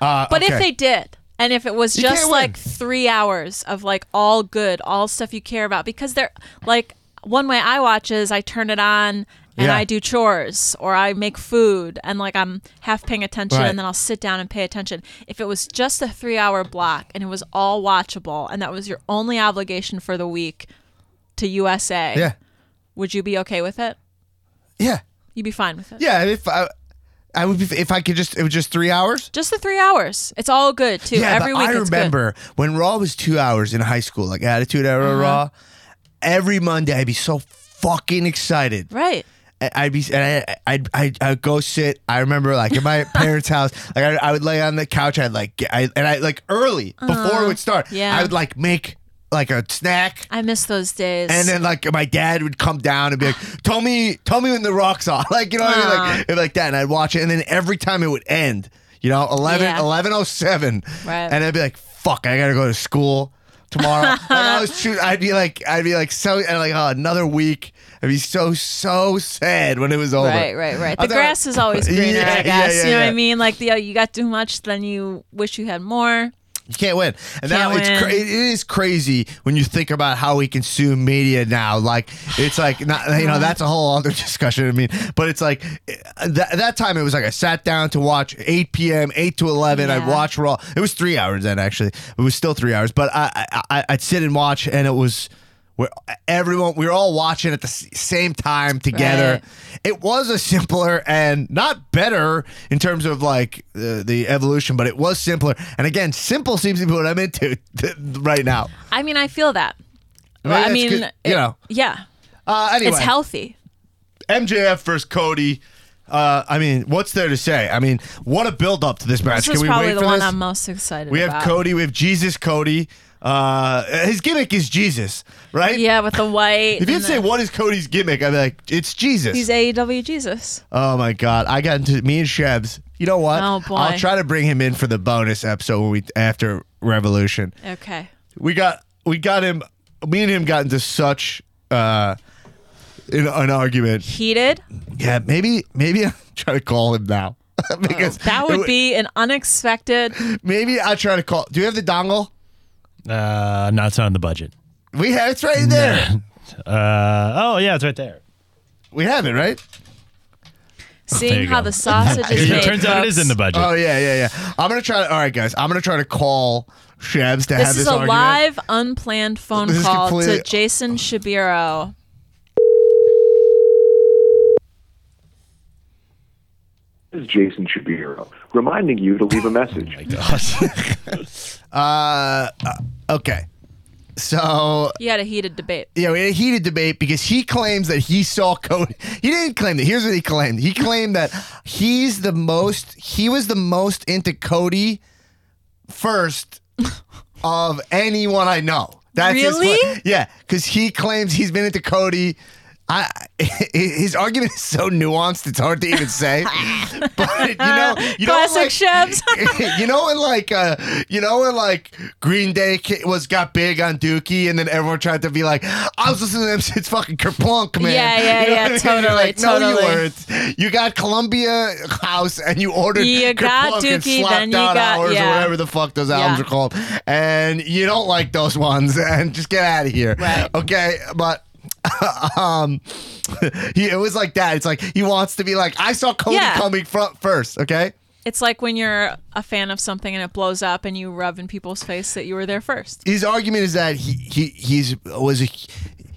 S1: Uh,
S5: But
S1: okay.
S5: if they did, and if it was
S1: You can't
S5: just
S1: win.
S5: like three hours of like all good, all stuff you care about, because they're like one way I watch is I turn it on and
S1: Yeah.
S5: I do chores or I make food and like I'm half paying attention
S1: Right.
S5: and then I'll sit down and pay attention. If it was just a three hour block and it was all watchable and that was your only obligation for the week to USA,
S1: yeah,
S5: would you be okay with it?
S1: yeah,
S5: You'd be fine with it.
S1: yeah, if I, I would be if I could just it was just three hours.
S5: Just the three hours. It's all good too.
S1: Yeah,
S5: Every
S1: but
S5: week
S1: I
S5: it's good.
S1: remember when Raw was two hours in high school, like Attitude Era
S5: Uh-huh.
S1: Raw. Every Monday, I'd be so fucking excited.
S5: Right.
S1: I- I'd be and I I'd, I'd, I'd go sit. I remember like in my parents' house, like I, I would lay on the couch. I'd like get- I, and I like early before it would start.
S5: Uh-huh. yeah.
S1: I would like make like a snack.
S5: I miss those days.
S1: And uh, then like my dad would come down and be like, "Tell me, tell me when the rocks on." Like you know, what I mean? like like that. And I'd watch it, and then every time it would end, you know, 11,
S5: Yeah.
S1: 1107.
S5: Right.
S1: And I'd be like, "Fuck, I gotta go to school tomorrow." like I was, shoot, I'd be like, I'd be like so, and like oh, another week. I'd be so so sad when it was over.
S5: Right, right, right.
S1: I
S5: The
S1: thought-
S5: grass is always greener,
S1: Yeah, yeah,
S5: I guess.
S1: yeah,
S5: you know what
S1: yeah.
S5: I mean? Like, the, oh, you got too much, then you wish you had more.
S1: You can't win. And now
S5: Can't
S1: it's cra-
S5: win.
S1: it is crazy when you think about how we consume media now. Like it's like not you know that's a whole other discussion. I mean, but it's like uh, that that time it was like I sat down to watch 8 p.m. 8 to 11. I'd
S5: Yeah.
S1: watch Raw. It was three hours then actually. It was still three hours, but I, I I- I'd sit and watch, and it was. Where everyone, we were all watching at the s- same time together.
S5: Right.
S1: It was a simpler and not better in terms of like the, the evolution, but it was simpler. And again, simple seems to be what I'm into right now.
S5: I mean, I feel that.
S1: I mean,
S5: Well, I
S1: it's
S5: mean,
S1: good, you
S5: it-
S1: know.
S5: yeah,
S1: Uh, anyway,
S5: it's healthy.
S1: MJF versus Cody. Uh, I mean, what's there to say? I mean, what a build up to this match.
S5: This
S1: Can
S5: is
S1: we
S5: probably
S1: wait
S5: the
S1: for
S5: one
S1: this?
S5: I'm most excited
S1: we have
S5: about.
S1: Cody. We have Jesus Cody. Uh, his gimmick is Jesus, right?
S5: Yeah, with the white.
S1: If you
S5: and
S1: would say
S5: the-
S1: what is Cody's gimmick, I'd be like, it's Jesus.
S5: He's E AEW Jesus.
S1: Oh my god, I got into me and Shebs. You know what?
S5: Oh, boy.
S1: I'll try to bring him in for the bonus episode when we after Revolution.
S5: Okay.
S1: We got we got him. Me and him got into such uh, an, an argument.
S5: Heated.
S1: Yeah, maybe maybe I'll try to call him now because
S5: Oh, That
S1: it
S5: would
S1: would- Oh,
S5: be an unexpected.
S1: Maybe I'll try to call. Do you have the dongle?
S6: Uh, no, it's not on the budget.
S1: We have it's right there.
S6: Uh, oh yeah, it's right there.
S1: we have it right.
S6: There
S5: Seeing
S6: you
S5: how
S6: go.
S5: the sausage is made.
S6: It turns out it is in the
S5: folks.
S6: budget.
S1: Oh yeah, yeah, yeah. I'm gonna try to. All right, guys, I'm gonna try to call Shebs to have this
S5: This is a
S1: argument.
S5: live, unplanned phone
S1: This is
S5: call
S1: completely-
S5: to Jason Shabiro.
S7: This is Jason Shabiro, reminding you to leave a message.
S5: Oh,
S1: Uh, uh, okay. So
S5: You had a heated debate.
S1: you know, in a heated debate because he claims that he saw Cody. He didn't claim that. Here's what he claimed. He claimed that he's the most. He was the most into Cody first of anyone I know. That's his
S5: Really?
S1: claim. yeah, because he claims he's been into Cody. I, his argument is so nuanced; it's hard to even say. but you know, you know,
S5: Classic chefs.
S1: you know when like uh you know when like Green Day ca- was got big on Dookie and then everyone tried to be like I was listening to them since fucking Kerplunk man
S5: Yeah, yeah,
S1: You know
S5: yeah,
S1: what I mean?
S5: totally,
S1: Like, no you
S5: totally.
S1: weren't you got Columbia House and you ordered
S5: You got
S1: Kerplunk and
S5: Dookie,
S1: slapped
S5: then you
S1: out
S5: got-
S1: hours or
S5: yeah.
S1: whatever the fuck those albums
S5: Yeah.
S1: are called and you don't like those ones and just get out of here
S5: Right.
S1: okay but um he, it was like that it's like he wants to be like I saw Cody
S5: Yeah.
S1: coming front first okay
S5: It's like when you're a fan of something and it blows up and you rub in people's face that you were there first.
S1: his argument is that he, he he's was a,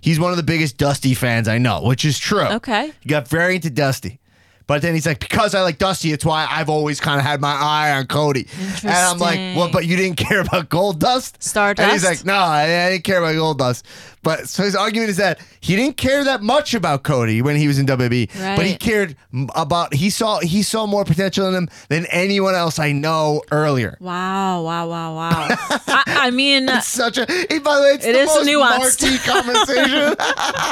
S1: he's one of the biggest Dusty fans I know, which is true.
S5: Okay.
S1: he got very into Dusty, but then he's like, because I like Dusty, it's why I've always kind of had my eye on Cody. And I'm like,
S5: Interesting.
S1: well, but you didn't care about Gold Dust,
S5: Stardust?
S1: And he's like, no, I, I didn't care about Gold Dust. But so his argument is that he didn't care that much about Cody when he was in WWE, but he
S5: Right.
S1: cared m- about he saw he saw more potential in him than anyone else I know earlier.
S5: Wow, wow, wow, wow. I, I mean, uh,
S1: It's such a. It, by the way, it's
S5: It
S1: the
S5: is
S1: most
S5: nuanced.
S1: marquee conversation.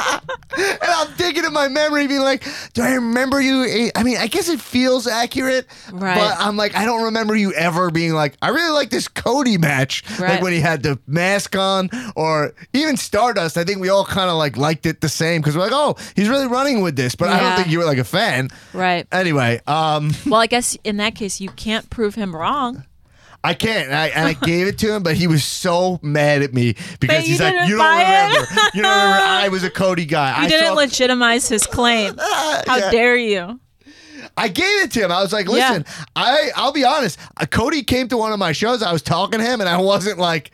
S1: and I'm digging in my memory, being like, "Do I remember you?" Eh, I mean, I guess it feels accurate,
S5: Right.
S1: but I'm like, I don't remember you ever being like, "I really like this Cody match," like
S5: Right.
S1: when he had the mask on, or even Stardust. I think we all kind of like liked it the same because we're like, "Oh, he's really running with this," but I don't
S5: Yeah.
S1: think you were like a fan.
S5: right.
S1: Anyway, um,
S5: Well, I guess in that case, you can't prove him wrong.
S1: I can't. And I, and I gave it to him, but he was so mad at me because
S5: But
S1: he's
S5: you
S1: like,
S5: didn't
S1: you don't
S5: buy it."
S1: remember. You don't remember. I was a Cody guy.
S5: You
S1: I
S5: didn't
S1: saw- Ah,
S5: legitimize his claim. How
S1: yeah.
S5: dare you?
S1: I gave it to him. I was like,
S5: Yeah.
S1: listen, I I'll be honest. Uh, Cody came to one of my shows. I was talking to him, and I wasn't like.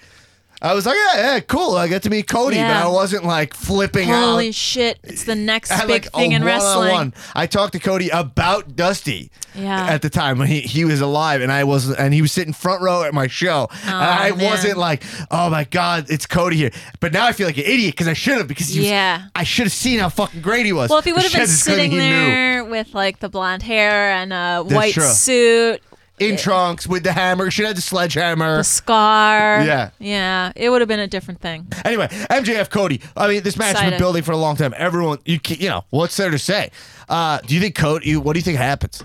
S1: I was like, yeah, yeah, cool. I got to meet Cody,
S5: Yeah.
S1: but I wasn't like flipping
S5: Holy
S1: out.
S5: shit! It's the next
S1: I had,
S5: big
S1: like, a
S5: thing in wrestling.
S1: one-on-one. I talked to Cody about Dusty
S5: Yeah.
S1: at the time when he, he was alive, and I was and he was sitting front row at my show, and I
S5: man.
S1: wasn't like, oh my god, it's Cody here. But now I feel like an idiot because I should have because he was-
S5: Yeah.
S1: I should have seen how fucking great he was.
S5: Well, if he would have
S1: Shit,
S5: been
S1: it's good
S5: sitting
S1: he knew.
S5: there with like the blonde hair and a white
S1: true.
S5: suit,
S1: in trunks with the hammer, should have the sledgehammer.
S5: a scar,
S1: Yeah.
S5: yeah, it would have been a different thing.
S1: Anyway, MJF Cody. I mean, this match has been
S5: Excited.
S1: building for a long time. Everyone, you ca- you know, what's there to say? Uh, do you think Cody? you- What do you think happens?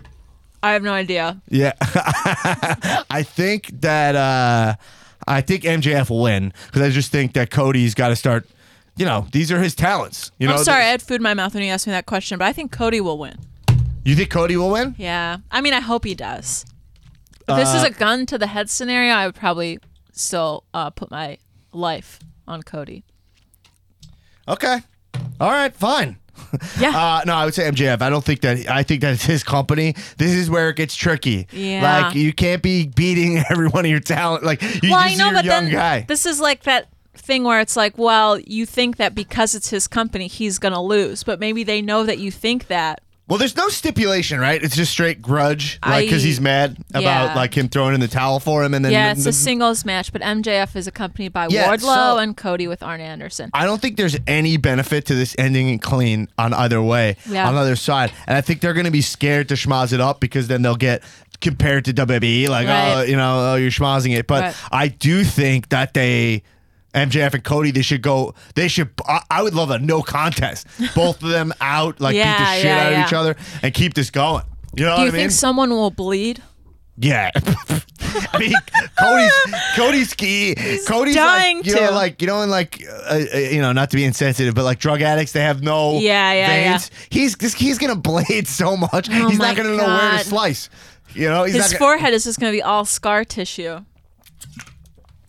S5: I have no idea.
S1: Yeah, I think that uh, I think MJF will win because I just think that Cody's got to start. You know, these are his talents. You know,
S5: I'm sorry, I
S1: th-
S5: had food in my mouth when you asked me that question, but I think Cody will win.
S1: you think Cody will win?
S5: Yeah, I mean, I hope he does. If this
S1: Uh,
S5: is a gun to the head scenario, I would probably still uh, put my life on Cody.
S1: Okay, all right, fine.
S5: Yeah,
S1: Uh, no, I would say MJF. I don't think that. I think that it's his company. This is where it gets tricky.
S5: Yeah.
S1: like you can't be beating every one of your talent. Like you
S5: well,
S1: just
S5: I know,
S1: your
S5: but
S1: young
S5: then
S1: guy.
S5: this is like that thing where it's like, well, you think that because it's his company, he's gonna lose, but maybe they know that you think that.
S1: Well, there's no stipulation, right? It's just straight grudge, like because
S5: I-
S1: he's mad about
S5: yeah.
S1: like him throwing in the towel for him, and then
S5: Yeah,
S1: the-
S5: it's
S1: the-
S5: a singles match, but MJF is accompanied by
S1: Yeah,
S5: Wardlow
S1: so-
S5: and Cody with Arn Anderson.
S1: I don't think there's any benefit to this ending and clean on either way,
S5: Yeah.
S1: on either side, and I think they're going to be scared to schmoz it up because then they'll get compared to WWE, like
S5: Right.
S1: oh, you know, oh, you're schmozzing it. But
S5: Right.
S1: I do think that they. MJF and Cody, they should go. They should. I, I would love a no contest. Both of them out, like beat the
S5: Yeah,
S1: shit
S5: yeah,
S1: out of
S5: yeah.
S1: each other, and keep this going. You know what
S5: Do you
S1: I mean?
S5: think someone will bleed?
S1: Yeah. I mean, Cody's Cody's key. Cody's
S5: dying
S1: like, you know,
S5: to.
S1: like you know, and like uh, uh, you know, not to be insensitive, but like drug addicts, they have no
S5: Yeah, yeah, yeah. Oh
S1: veins. He's this, he's gonna blade so much. he's
S5: my
S1: not gonna know where to
S5: God.
S1: slice. You know, he's
S5: His
S1: not gonna,
S5: forehead is just gonna be all scar tissue.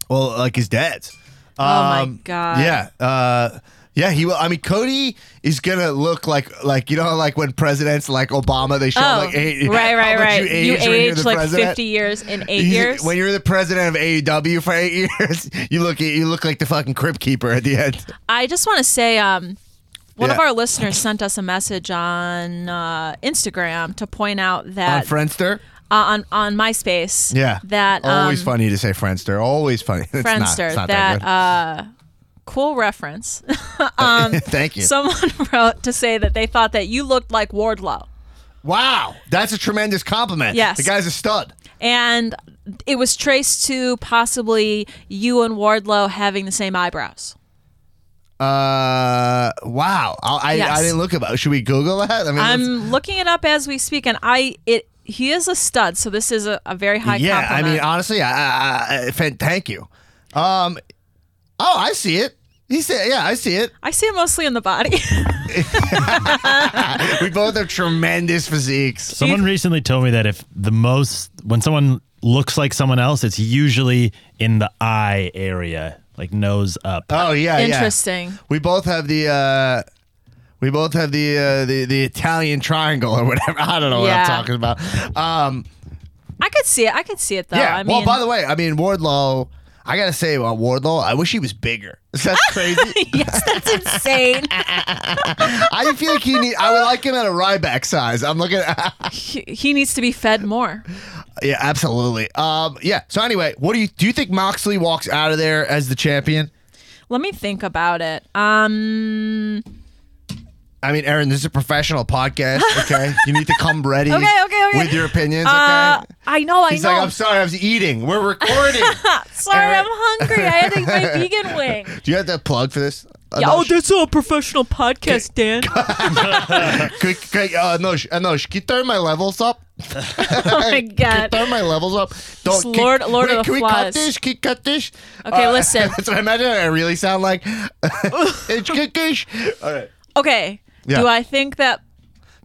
S1: well, like his dad's.
S5: Oh
S1: Um,
S5: my God.
S1: Yeah. Uh, yeah, he will. I mean, Cody is gonna look like like you know like when presidents like Obama they show him,
S5: Oh,
S1: like eight,
S5: right,
S1: how
S5: right,
S1: much
S5: right.
S1: You age, when you're the
S5: like
S1: president.
S5: 50 years in eight
S1: He's-
S5: years.
S1: When you're the president of AEW for eight years, you look you look like the fucking crib keeper at the end.
S5: I just want to say, um, one of
S1: Yeah.
S5: our listeners sent us a message on uh, Instagram to point out
S1: On
S5: that
S1: Friendster,
S5: uh, on on MySpace,
S1: yeah,
S5: that um,
S1: always funny to say Friendster. Always funny. It's not-
S5: Friendster,
S1: it's not
S5: that, um,
S1: that.
S5: uh, cool reference.
S1: good. Thank you.
S5: Someone wrote to say that they thought that you looked like Wardlow,
S1: wow, that's a tremendous compliment.
S5: Yes.
S1: the guy's a stud.
S5: and it was traced to possibly you and Wardlow having the same eyebrows.
S1: Uh, wow. I I,
S5: Yes.
S1: I didn't look about. Should we Google that? I mean, let's-
S5: I'm looking it up as we speak, and I it he is a stud, so this is a, a very high
S1: yeah.
S5: compliment.
S1: I mean, honestly, I, I, I, I fan- thank you. Um, oh, I see it. He said, "Yeah, I see it."
S5: I see it mostly in the body.
S1: We both have tremendous physiques.
S6: Someone recently told me that if the most when someone looks like someone else, it's usually in the eye area, like nose up.
S1: Oh yeah, yeah.
S5: Interesting.
S1: We both have the uh we both have the uh, the the Italian triangle or whatever. I don't know what I'm
S5: Yeah.
S1: talking about. Um
S5: I could see it. I could see it though.
S1: yeah.
S5: I mean,
S1: well, by the way, I mean Wardlow, I got to say about Wardlow, I wish he was bigger. That's crazy.
S5: yes, that's insane.
S1: I feel like he need I would like him at a Ryback size. I'm looking at
S5: he, he needs to be fed more.
S1: Yeah, absolutely. Um yeah. So anyway, what do you do you think Moxley walks out of there as the champion?
S5: Let me think about it. Um.
S1: I mean, Aaron, this is a professional podcast. Okay, you need to come ready.
S5: Okay, okay, okay.
S1: With your opinions. Okay.
S5: Uh, I know. I
S1: He's
S5: know.
S1: like, I'm sorry, I was eating. We're recording.
S5: Sorry,
S1: Aaron-
S5: I'm hungry. I had to eat my vegan wing.
S1: Do you have to plug for this?
S5: Yeah, oh,
S1: Anush?
S5: that's a professional podcast, Dan.
S1: Could, could, uh, Anush, Anush, can you turn my levels up?
S5: Oh my god.
S1: Turn my levels up. Don't, can,
S5: Lord- Lord
S1: wait,
S5: of the
S1: can we cut
S5: Flies.
S1: this? Can you cut this?
S5: Okay, listen.
S1: That's what I imagine. I really sound like. it's Uh, kickish. All right.
S5: Okay.
S1: Yeah.
S5: Do I think that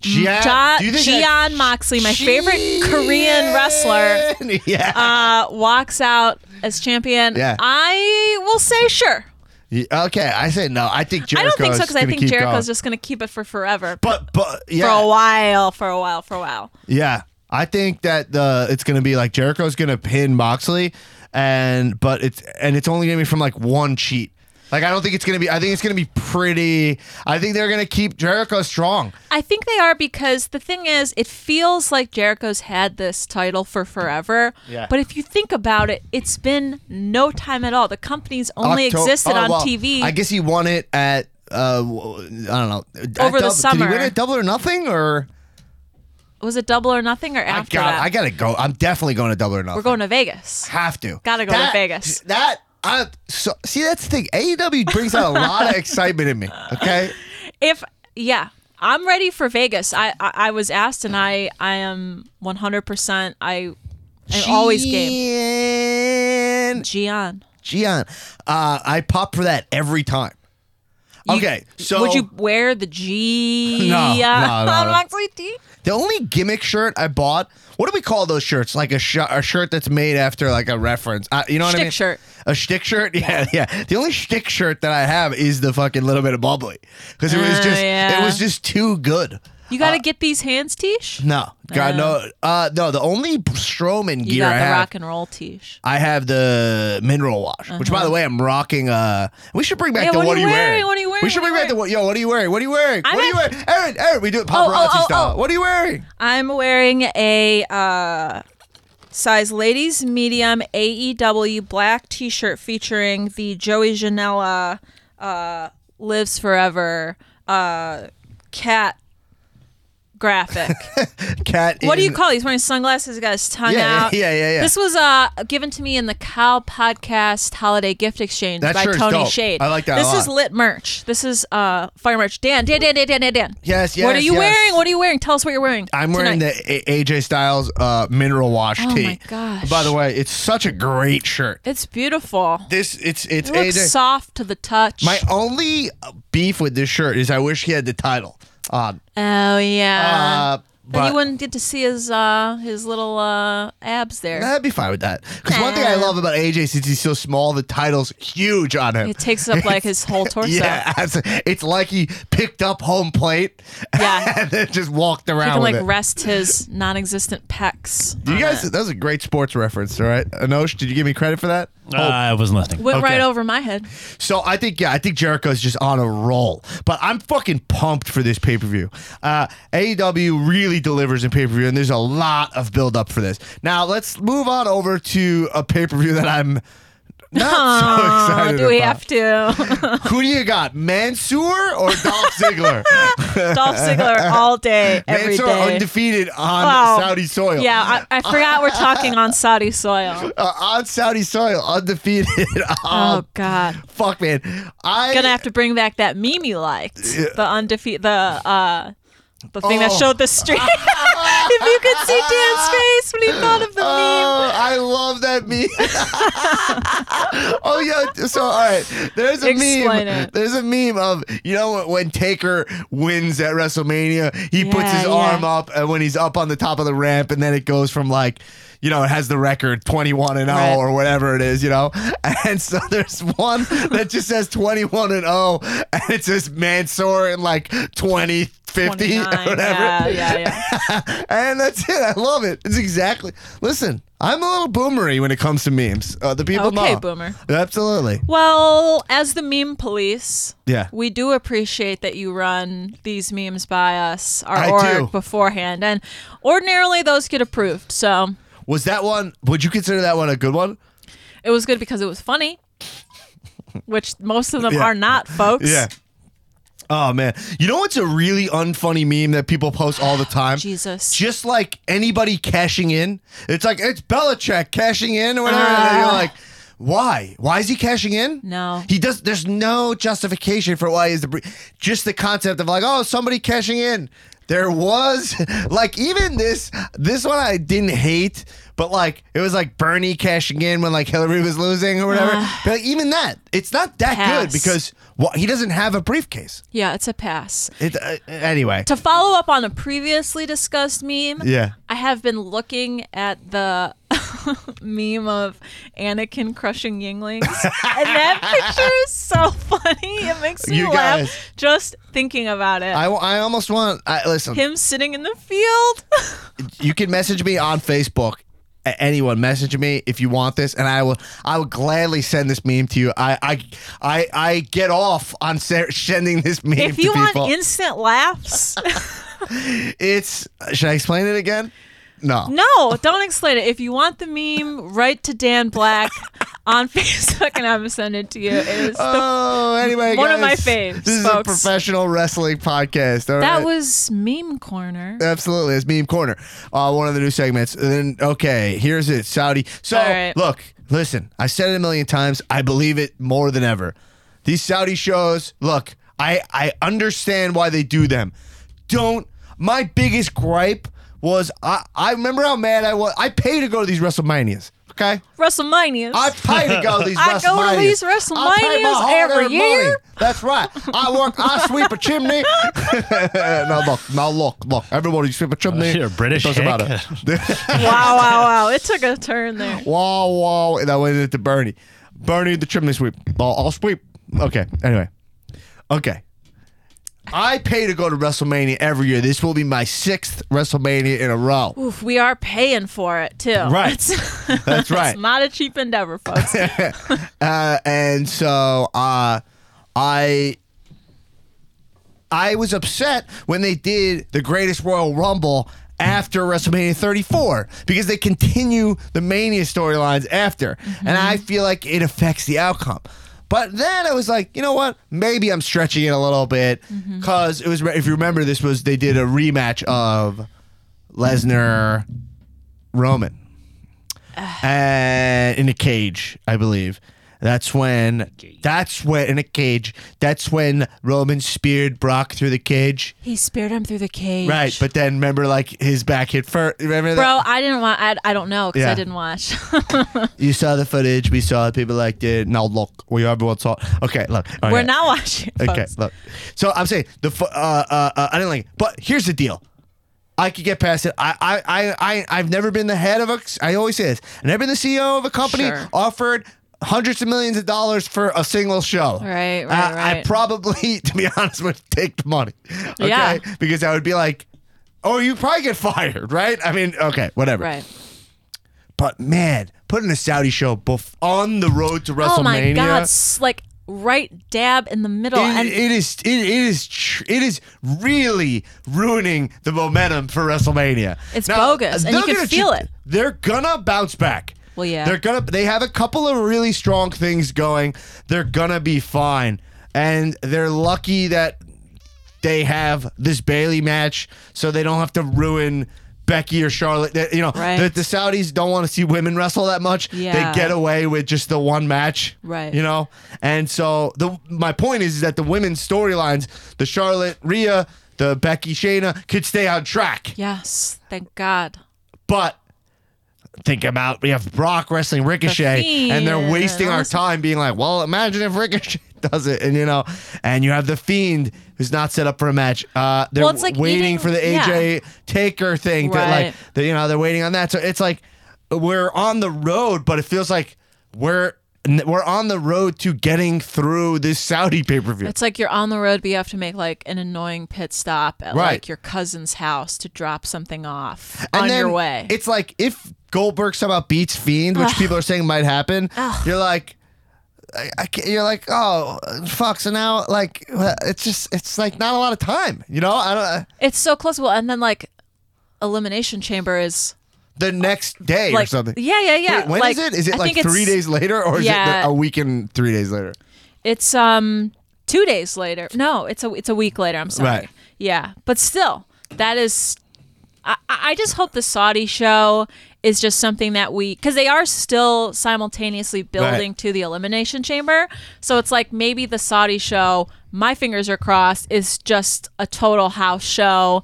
S1: Gian,
S5: Ja-
S1: do you think I-
S5: Gian Moxley, my favorite Korean wrestler,
S1: yeah.
S5: uh, walks out as champion?
S1: Yeah.
S5: I will say sure.
S1: Yeah, Okay, I say no. I think
S5: I
S1: Jericho's
S5: don't think so because I
S1: gonna
S5: think
S1: keep
S5: Jericho's
S1: going.
S5: just going to keep it for forever.
S1: But but yeah,
S5: For a while, for a while, for a while.
S1: yeah. I think that the it's gonna be like Jericho's gonna pin Moxley, and but it's and it's only gonna be from like one cheat. Like I don't think it's gonna be. I think it's gonna be pretty. I think they're gonna keep Jericho strong.
S5: I think they are because the thing is, it feels like Jericho's had this title for forever.
S1: Yeah.
S5: But if you think about it, it's been no time at all. The company's only
S1: Octo-
S5: existed
S1: oh,
S5: on
S1: well,
S5: TV.
S1: I guess he won it at uh w- I don't know at
S5: Over
S1: Double-
S5: the
S1: Did
S5: summer.
S1: he win it double or nothing or?
S5: was it double or nothing or
S1: I
S5: after
S1: got.
S5: that?
S1: I gotta go. I'm definitely going to double or nothing.
S5: We're going to Vegas.
S1: Have to.
S5: Gotta go to Vegas.
S1: That I so see that's the thing. AEW brings out a lot of excitement in me. Okay.
S5: If yeah, I'm ready for Vegas. I I, I was asked and I I am 100%. I I'm always game.
S1: game.
S5: Gian.
S1: Gian, uh, I pop for that every time.
S5: You-
S1: okay, so
S5: would you wear the
S1: No,
S5: G?
S1: no, no, no.
S5: Moxley T?
S1: the only gimmick shirt I bought. What do we call those shirts? Like a, sh- a shirt that's made after like a reference. Uh, you know what I
S5: Shtick
S1: mean?
S5: shirt.
S1: A shtick shirt. Yeah, yeah. The only shtick shirt that I have is the fucking little bit of bubbly because it was
S5: Oh,
S1: just it
S5: yeah.
S1: was just too good.
S5: You got to get these hands, Tish.
S1: Uh, No, God no. Uh, no, the only Strowman
S5: You
S1: gear
S5: got
S1: I
S5: the
S1: have.
S5: rock and roll tish.
S1: I have the mineral wash, which by the way, I'm rocking. Uh, we should bring back
S5: Yeah,
S1: the
S5: Uh-huh.
S1: what,
S5: what are you
S1: are you wearing?
S5: wearing? What are you
S1: We should
S5: wearing?
S1: bring back the what? Yo, what are you wearing? What are you wearing?
S5: I'm
S1: what are you
S5: act-
S1: wearing? Aaron, Aaron, we do it
S5: oh,
S1: paparazzi
S5: oh,
S1: style.
S5: oh.
S1: What are you wearing?
S5: I'm wearing a uh, size ladies medium AEW black T-shirt featuring the Joey Janela uh, "Lives Forever" uh, cat graphic.
S1: Cat.
S5: what do you
S1: in-
S5: call? it? He's wearing sunglasses. He's got his tongue
S1: Yeah, yeah,
S5: out.
S1: yeah, yeah, yeah.
S5: This was uh, given to me in the Cow Podcast Holiday Gift Exchange
S1: That
S5: by
S1: shirt's
S5: Tony
S1: dope.
S5: Shade.
S1: I like that a
S5: This is
S1: lot.
S5: lit merch. This is uh, fire merch. Dan, Dan, Dan, Dan, Dan, Dan, Dan.
S1: Yes,
S5: What are
S1: yes,
S5: you
S1: yes.
S5: wearing? What are you wearing? Tell us what you're wearing.
S1: I'm wearing
S5: tonight.
S1: the a- AJ Styles uh, mineral wash
S5: Oh
S1: tee.
S5: my gosh.
S1: By the way, it's such a great shirt.
S5: It's beautiful.
S1: This it's it's
S5: It looks
S1: AJ.
S5: soft to the touch.
S1: my only beef with this shirt is I wish he had the title on.
S5: oh yeah.
S1: Uh,
S5: then
S1: but
S5: you wouldn't get to see his uh his little uh abs there.
S1: I'd be fine with that. Because one thing I love about AJ, since he's so small, the title's huge on him.
S5: It takes up like his whole torso.
S1: Yeah, it's, it's like he picked up home plate
S5: Yeah.
S1: and then just walked
S5: He
S1: around
S5: can
S1: with
S5: like
S1: it.
S5: rest his non-existent pecs.
S1: you
S5: on
S1: guys,
S5: it.
S1: that was a great sports reference, all right? Anosh, did you give me credit for that?
S6: Uh, I was listening.
S5: went
S1: okay.
S5: right over my head.
S1: So I think, yeah, I think Jericho's just on a roll. But I'm fucking pumped for this pay per view. Uh, AEW really delivers in pay per view, and there's a lot of build up for this. Now let's move on over to a pay per view that I'm not so
S5: Oh,
S1: excited
S5: do we
S1: about.
S5: have to?
S1: Who do you got, Mansoor or Dolph Ziggler?
S5: Dolph Ziggler all day, every day.
S1: Mansoor undefeated on
S5: Wow.
S1: Saudi soil.
S5: Yeah, I, I forgot we're talking on Saudi soil.
S1: Uh, on Saudi soil, undefeated.
S5: Oh
S1: oh,
S5: God,
S1: fuck, man. I
S5: gonna have to bring back that meme you liked, the undefeated, the uh, the thing that
S1: Oh.
S5: showed the street. if you could see Dan's face when he thought of the meme.
S1: Oh, I love that meme. oh yeah. So all right, there's a
S5: Explain
S1: meme.
S5: it.
S1: There's a meme of you know when- when Taker wins at WrestleMania, he puts
S5: Yeah,
S1: his
S5: yeah.
S1: arm up, and when he's up on the top of the ramp, and then it goes from like. You know, it has the record 21 and 0
S5: Right.
S1: or whatever it is, you know? And so there's one that just says 21 and 0, and it says Mansoor in like 20, 50 or
S5: 29,
S1: whatever
S5: Yeah, yeah, yeah.
S1: and that's it. I love it. It's exactly. Listen, I'm a little boomery when it comes to memes. Uh, the people
S5: Okay,
S1: know.
S5: boomer.
S1: Absolutely.
S5: Well, as the meme police,
S1: Yeah.
S5: we do appreciate that you run these memes by us, our
S1: I
S5: org
S1: do.
S5: beforehand, and ordinarily those get approved. So
S1: Was that one? Would you consider that one a good one?
S5: it was good because it was funny. which most of them
S1: Yeah.
S5: are not, folks.
S1: Yeah. Oh man, you know what's a really unfunny meme that people post all the time?
S5: Jesus.
S1: Just like anybody cashing in, it's like it's Belichick cashing in or whatever. and then you're
S5: Ah.
S1: like, why? Why is he cashing in?
S5: No.
S1: he does. There's no justification for why he's the. br- Just the concept of like, oh, somebody cashing in. There was like even this this one I didn't hate, but like it was like Bernie cashing in when like Hillary was losing or whatever. but like, even that, it's not that good
S5: Pass.
S1: because well, he doesn't have a briefcase.
S5: Yeah, it's a pass.
S1: It, uh, anyway.
S5: To follow up on a previously discussed meme,
S1: Yeah.
S5: I have been looking at the meme of Anakin crushing Yinglings, and that picture is so funny. It makes me
S1: You
S5: laugh
S1: guys-
S5: just thinking about it.
S1: I, I almost want. I, listen,
S5: Him sitting in the field.
S1: you can message me on Facebook. A- Anyone, message me if you want this, and I will. I will gladly send this meme to you. I, I, I, I get off on ser- sending this meme
S5: if
S1: to
S5: you want
S1: people.
S5: instant laughs,
S1: it's. Should I explain it again? No.
S5: no, don't explain it. If you want the meme, write to Dan Black on Facebook, and I'm gonna send it to you. It is the
S1: Oh, anyway,
S5: One of my
S1: guys,
S5: faves,
S1: This is a
S5: folks.
S1: professional wrestling podcast. all
S5: That
S1: right?
S5: was meme corner.
S1: Absolutely, it's meme corner. Uh, one of the new segments. And then okay, here's it. Saudi. So
S5: All right.
S1: look, listen. I said it a million times. I believe it more than ever. These Saudi shows. Look, I I understand why they do them. Don't. My biggest gripe was I I remember how mad I was. I pay to go to these WrestleManias. Okay.
S5: WrestleMania.
S1: I pay to go to these
S5: I
S1: WrestleManias.
S5: go to these
S1: I pay my
S5: WrestleManias
S1: hard-earned
S5: every
S1: money.
S5: year.
S1: That's right. I work. I sweep a chimney. no, look, no, look, look. Everybody sweep a chimney.
S6: You're a British
S1: It doesn't
S6: hick.
S1: matter.
S5: wow, wow, wow. It took a turn there.
S1: wow, wow. And I went into Bernie. Bernie, the chimney sweep. I'll, I'll sweep. Okay. Anyway. Okay. I pay to go to WrestleMania every year. This will be my sixth WrestleMania in a row.
S5: Oof, we are paying for it too.
S1: Right.
S5: It's,
S1: That's right.
S5: it's not a cheap endeavor, folks.
S1: uh, and so uh, I I was upset when they did the Greatest Royal Rumble after WrestleMania 34 because they continue the Mania storylines after, and I feel like it affects the outcome. But then I was like, you know what? Maybe I'm stretching it a little bit because it was. If you remember, this was they did a rematch of Lesnar Roman and Uh, in a cage, I believe. That's when. That's when in a cage. That's when Roman speared Brock through the cage.
S5: he speared him through the cage.
S1: Right, but then remember, like his back hit first. Remember
S5: Bro, I didn't want. I, I don't know because
S1: Yeah.
S5: I didn't watch.
S1: that you saw the footage. We saw it. People liked it. Now look, we everyone saw. It. Okay, look.
S5: We're
S1: okay.
S5: not watching.
S1: Okay,
S5: folks.
S1: look. So I'm saying the fu- uh, uh, uh, I didn't like it, but here's the deal. I could get past it. I I I I I've never been the head of a. I always say this. I've never been the CEO of a company
S5: Sure.
S1: offered hundreds of millions of dollars for a single show.
S5: Right, right,
S1: I- I
S5: right.
S1: probably, to be honest, would take the money. Okay,
S5: Yeah.
S1: because I would be like, oh, you probably get fired, right? I mean, okay, whatever.
S5: Right.
S1: But man, putting a Saudi show bef- on the road to WrestleMania.
S5: Oh my God! s- Like right dab in the middle,
S1: It,
S5: and
S1: it is it, it is tr- it is really ruining the momentum for WrestleMania.
S5: It's bogus, and you
S1: they're
S5: can
S1: gonna
S5: feel
S1: ch-
S5: it.
S1: They're gonna bounce back.
S5: Well, yeah.
S1: They're gonna they have a couple of really strong things going. They're gonna be fine, and they're lucky that they have this Bailey match, so they don't have to ruin. Becky or Charlotte, That- you know,
S5: Right.
S1: the, the Saudis don't want to see women wrestle that much.
S5: Yeah.
S1: They get away with just the one match,
S5: Right.
S1: You know know? And so the my point is, is that the women's storylines, the Charlotte Rhea, the Becky Shayna, could stay on track.
S5: yes, thank God.
S1: But think about we have Brock wrestling Ricochet,
S5: Fiend
S1: and they're wasting
S5: and all
S1: our
S5: this-
S1: time being like, well, imagine if Ricochet does it, and you know, and you have the Fiend who's not set up for a match. Uh, they're
S5: Well, it's like
S1: waiting
S5: eating-
S1: for the AJ Taker thing. That
S5: Right.
S1: like, that, you know, they're waiting on that. So it's like we're on the road, but it feels like we're. We're on the road to getting through this Saudi pay per view.
S5: It's like you're on the road, but you have to make like an annoying pit stop at
S1: Right.
S5: like your cousin's house to drop something off on
S1: then
S5: your way.
S1: It's like if Goldberg somehow beats Fiend, which people are saying might happen, you're like, I, I can't, you're like, oh fuck. So now, like, uh, it's just, it's like not a lot of time, you know. I don't. Uh,
S5: It's so close. Well, and then like elimination chamber is
S1: the next day or
S5: like
S1: something.
S5: yeah, yeah, yeah.
S1: Wait, when
S5: like,
S1: is it? Is it
S5: I
S1: like
S5: think
S1: three
S5: it's-
S1: days later, or is it
S5: Yeah.
S1: the- a week and three days later?
S5: It's um two days later. No, it's a it's a week later. I'm sorry.
S1: Right.
S5: Yeah, but still, that is. I, I I just hope the Saudi show is just something that we because they are still simultaneously building
S1: Right.
S5: to the elimination chamber. So it's like maybe the Saudi show. My fingers are crossed. Is just a total house show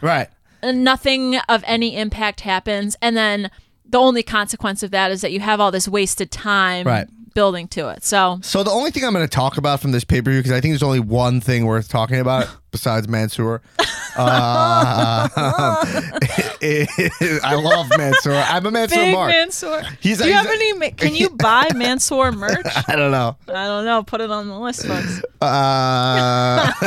S1: Right.
S5: nothing of any impact happens and then the only consequence of that is that you have all this wasted time
S1: Right.
S5: building to it so
S1: So the only thing I'm going to talk about from this pay per view because I think there's only one thing worth talking about besides Mansoor. Uh, I love Mansoor. I'm a Mansoor
S5: big
S1: mark.
S5: mansoor
S1: He's-
S5: do you
S1: he's-
S5: have any ma- can you buy mansoor merch
S1: I don't know.
S5: i don't know put it on the list folks
S1: Uh,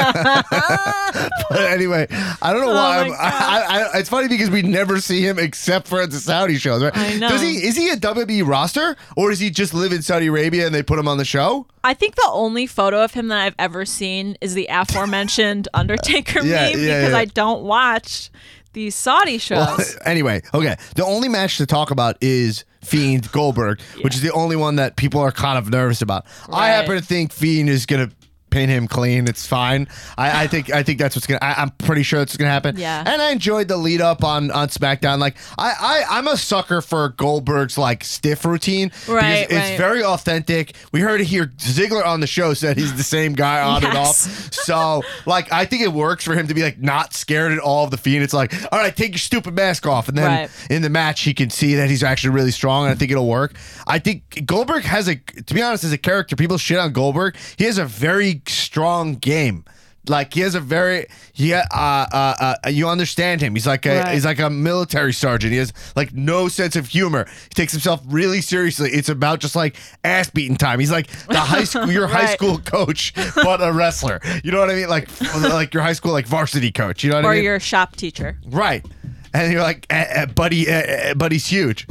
S1: but anyway, I don't know why.
S5: Oh
S1: I'm,
S5: my
S1: I, I, I, it's funny because we never see him except for at the Saudi shows. Right?
S5: I know.
S1: Does he is he a WWE roster or does he just live in Saudi Arabia and they put him on the show?
S5: i think the only photo of him that i've ever seen is the aforementioned undertaker
S1: Yeah,
S5: meme
S1: yeah,
S5: because
S1: yeah.
S5: i don't watch these saudi shows
S1: anyway, okay. The only match to talk about is Fiend Goldberg, which is the only one that people are kind of nervous about. I
S5: Right.
S1: happen to think Fiend is gonna pin him clean. It's fine. I, I think I think that's what's gonna. I, I'm pretty sure that's what's gonna happen.
S5: Yeah.
S1: And I enjoyed the lead up on on SmackDown. Like I, I I'm a sucker for Goldberg's like stiff routine. because
S5: Right,
S1: It's
S5: right.
S1: very authentic. We heard it here. Ziggler on the show said he's the same guy on and off.
S5: Yes.
S1: So, like, I think it works for him to be like not scared at all of the fiend. It's like, all right, take your stupid mask off, and then
S5: Right.
S1: in the match he can see that he's actually really strong, and I think it'll work. I think Goldberg has a, to be honest, as a character, people shit on Goldberg. He has a very strong game. Like he has a very he uh, uh, uh, you understand him. He's like a
S5: Right.
S1: he's like a military sergeant. He has like no sense of humor. He takes himself really seriously. It's about just like ass beating time. He's like the high school your high
S5: Right.
S1: school school coach, but a wrestler. You know what I mean? Like like your high school like varsity coach. You know what
S5: or
S1: I mean?
S5: your shop teacher
S1: right. And you're like, eh, eh, buddy, eh, eh, buddy's huge.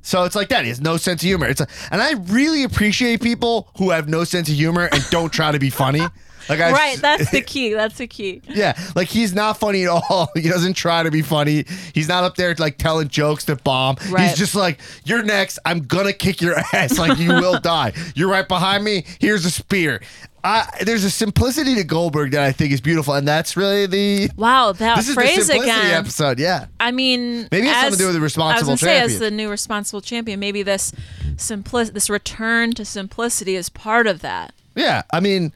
S1: So it's like that. He has no sense of humor. It's a, and I really appreciate people who have no sense of humor and don't try to be funny. Like I
S5: right that's the key that's the key
S1: yeah, like he's not funny at all. He doesn't try to be funny. He's not up there like telling jokes to bomb.
S5: Right.
S1: He's just like, "You're next. I'm gonna kick your ass. Like you will die. You're right behind me. Here's a spear." I, there's a simplicity to Goldberg that I think is beautiful, and that's really the
S5: wow that
S1: this is the
S5: phrase
S1: simplicity
S5: again
S1: episode. Yeah,
S5: I mean,
S1: Maybe it has
S5: as,
S1: something to do with the
S5: I
S1: responsible
S5: was gonna say, as
S1: champion.
S5: the new responsible champion, maybe this simpli- this return to simplicity is part of that.
S1: yeah. I mean.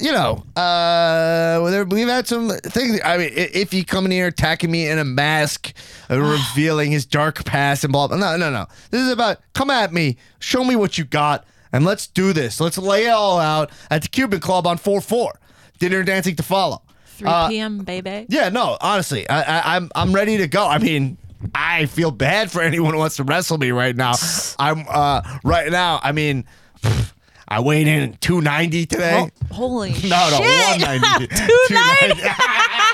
S1: You know, uh, well, there- we've had some things. I mean, i- if he come in here attacking me in a mask, uh, revealing his dark past and blah, blah. No, no, no. This is about come at me, show me what you got, and let's do this. Let's lay it all out at the Cuban Club on 4 4. Dinner and dancing to follow.
S5: 3
S1: Uh,
S5: p.m. baby.
S1: Yeah, no, honestly, I, I, I'm I'm ready to go. I mean, I feel bad for anyone who wants to wrestle me right now. I'm uh right now. I mean, pfft, I weighed in at 290 today.
S5: Holy shit!
S1: no, no, 190.
S5: 290.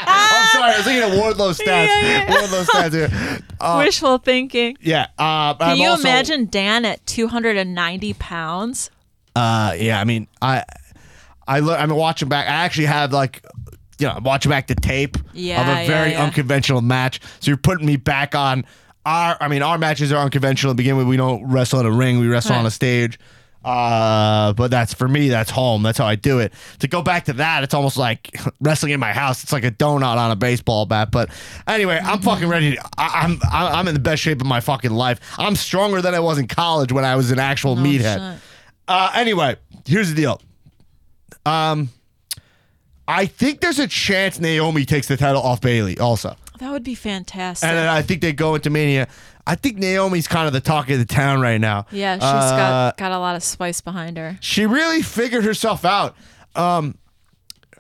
S1: I'm sorry, I was thinking of Wardlow stats.
S5: yeah, yeah.
S1: Wardlow stats here. Uh,
S5: Wishful thinking.
S1: yeah. Uh,
S5: Can you imagine Dan at 290 pounds?
S1: Uh, yeah, I mean, I, I look, I'm watching back. I actually have like, you know, I'm watching back the tape of
S5: Yeah,
S1: a
S5: yeah,
S1: very
S5: yeah.
S1: unconventional match. So you're putting me back on our. I mean, our matches are unconventional to begin with. We don't wrestle in a ring. We wrestle on
S5: Right.
S1: a stage. Uh, but that's for me. That's home. That's how I do it. To go back to that, it's almost like wrestling in my house. It's like a donut on a baseball bat. But anyway, I'm fucking ready. To, I, I'm I- I'm in the best shape of my fucking life. I'm stronger than I was in college when I was an actual meathead.
S5: shit.
S1: Uh, anyway, here's the deal. Um, I think there's a chance Naomi takes the title off Bailey also,
S5: That would be fantastic.
S1: and uh, then I think they go into Mania. I think Naomi's kind of the talk of the town right now.
S5: yeah, she's
S1: she's uh,
S5: got got a lot of spice behind her.
S1: she really figured herself out. Um,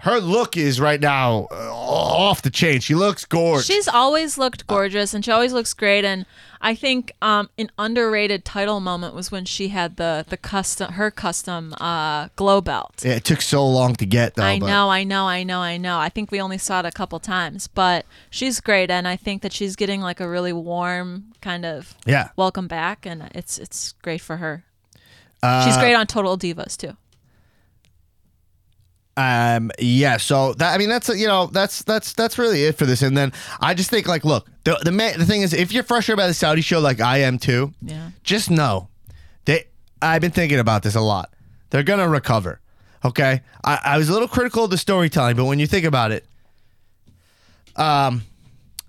S1: her look is right now uh, off the chain. She looks gorgeous.
S5: She's always looked gorgeous and she always looks great and I think um, an underrated title moment was when she had the the custom her custom uh, glow belt.
S1: yeah, it took so long to get though.
S5: I
S1: but-
S5: know, I know, I know, I know. I think we only saw it a couple times, but she's great and I think that she's getting like a really warm kind of
S1: Yeah.
S5: welcome back and it's it's great for her.
S1: Uh,
S5: she's great on Total Divas too.
S1: Um. Yeah. So that I mean that's you know that's that's that's really it for this. And then I just think like look the the ma- the thing is if you're frustrated by the Saudi show like I am too.
S5: Yeah.
S1: Just know, they I've been thinking about this a lot. They're gonna recover. Okay, I, I was a little critical of the storytelling, but when you think about it, um,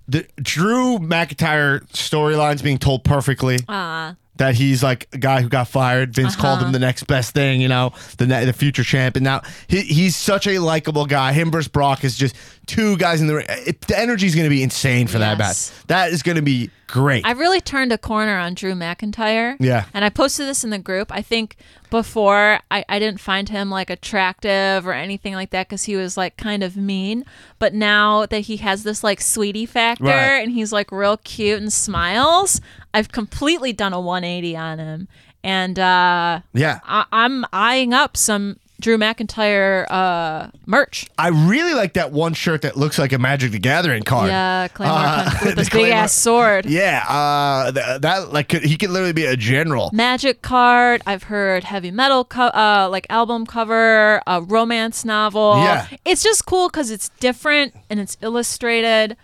S1: the Drew McIntyre storyline's being told perfectly.
S5: Uh-huh.
S1: That he's like a guy who got fired. Vince called him the next best thing, you know, the ne- the future champ. And now he, he's such a likable guy. Him versus Brock is just two guys in the ring. It, the energy's going to be insane for that
S5: Yes.
S1: match. That is going to be great.
S5: I really turned a corner on Drew McIntyre.
S1: Yeah.
S5: And I posted this in the group. I think before I, I didn't find him like attractive or anything like that because he was like kind of mean. But now that he has this like sweetie factor
S1: Right.
S5: and he's like real cute and smiles, I've completely done a 180 on him. And uh,
S1: yeah,
S5: I, I'm eyeing up some Drew McIntyre uh, merch.
S1: I really like that one shirt that looks like a Magic the Gathering card.
S5: Yeah, Claymore
S1: Uh,
S5: con- with
S1: the
S5: this big
S1: Claymore-
S5: ass sword.
S1: Yeah, uh, th- that like could, he could literally be a general.
S5: magic card. I've heard heavy metal, co- uh, like album cover, a romance novel.
S1: Yeah.
S5: it's just cool because it's different and it's illustrated.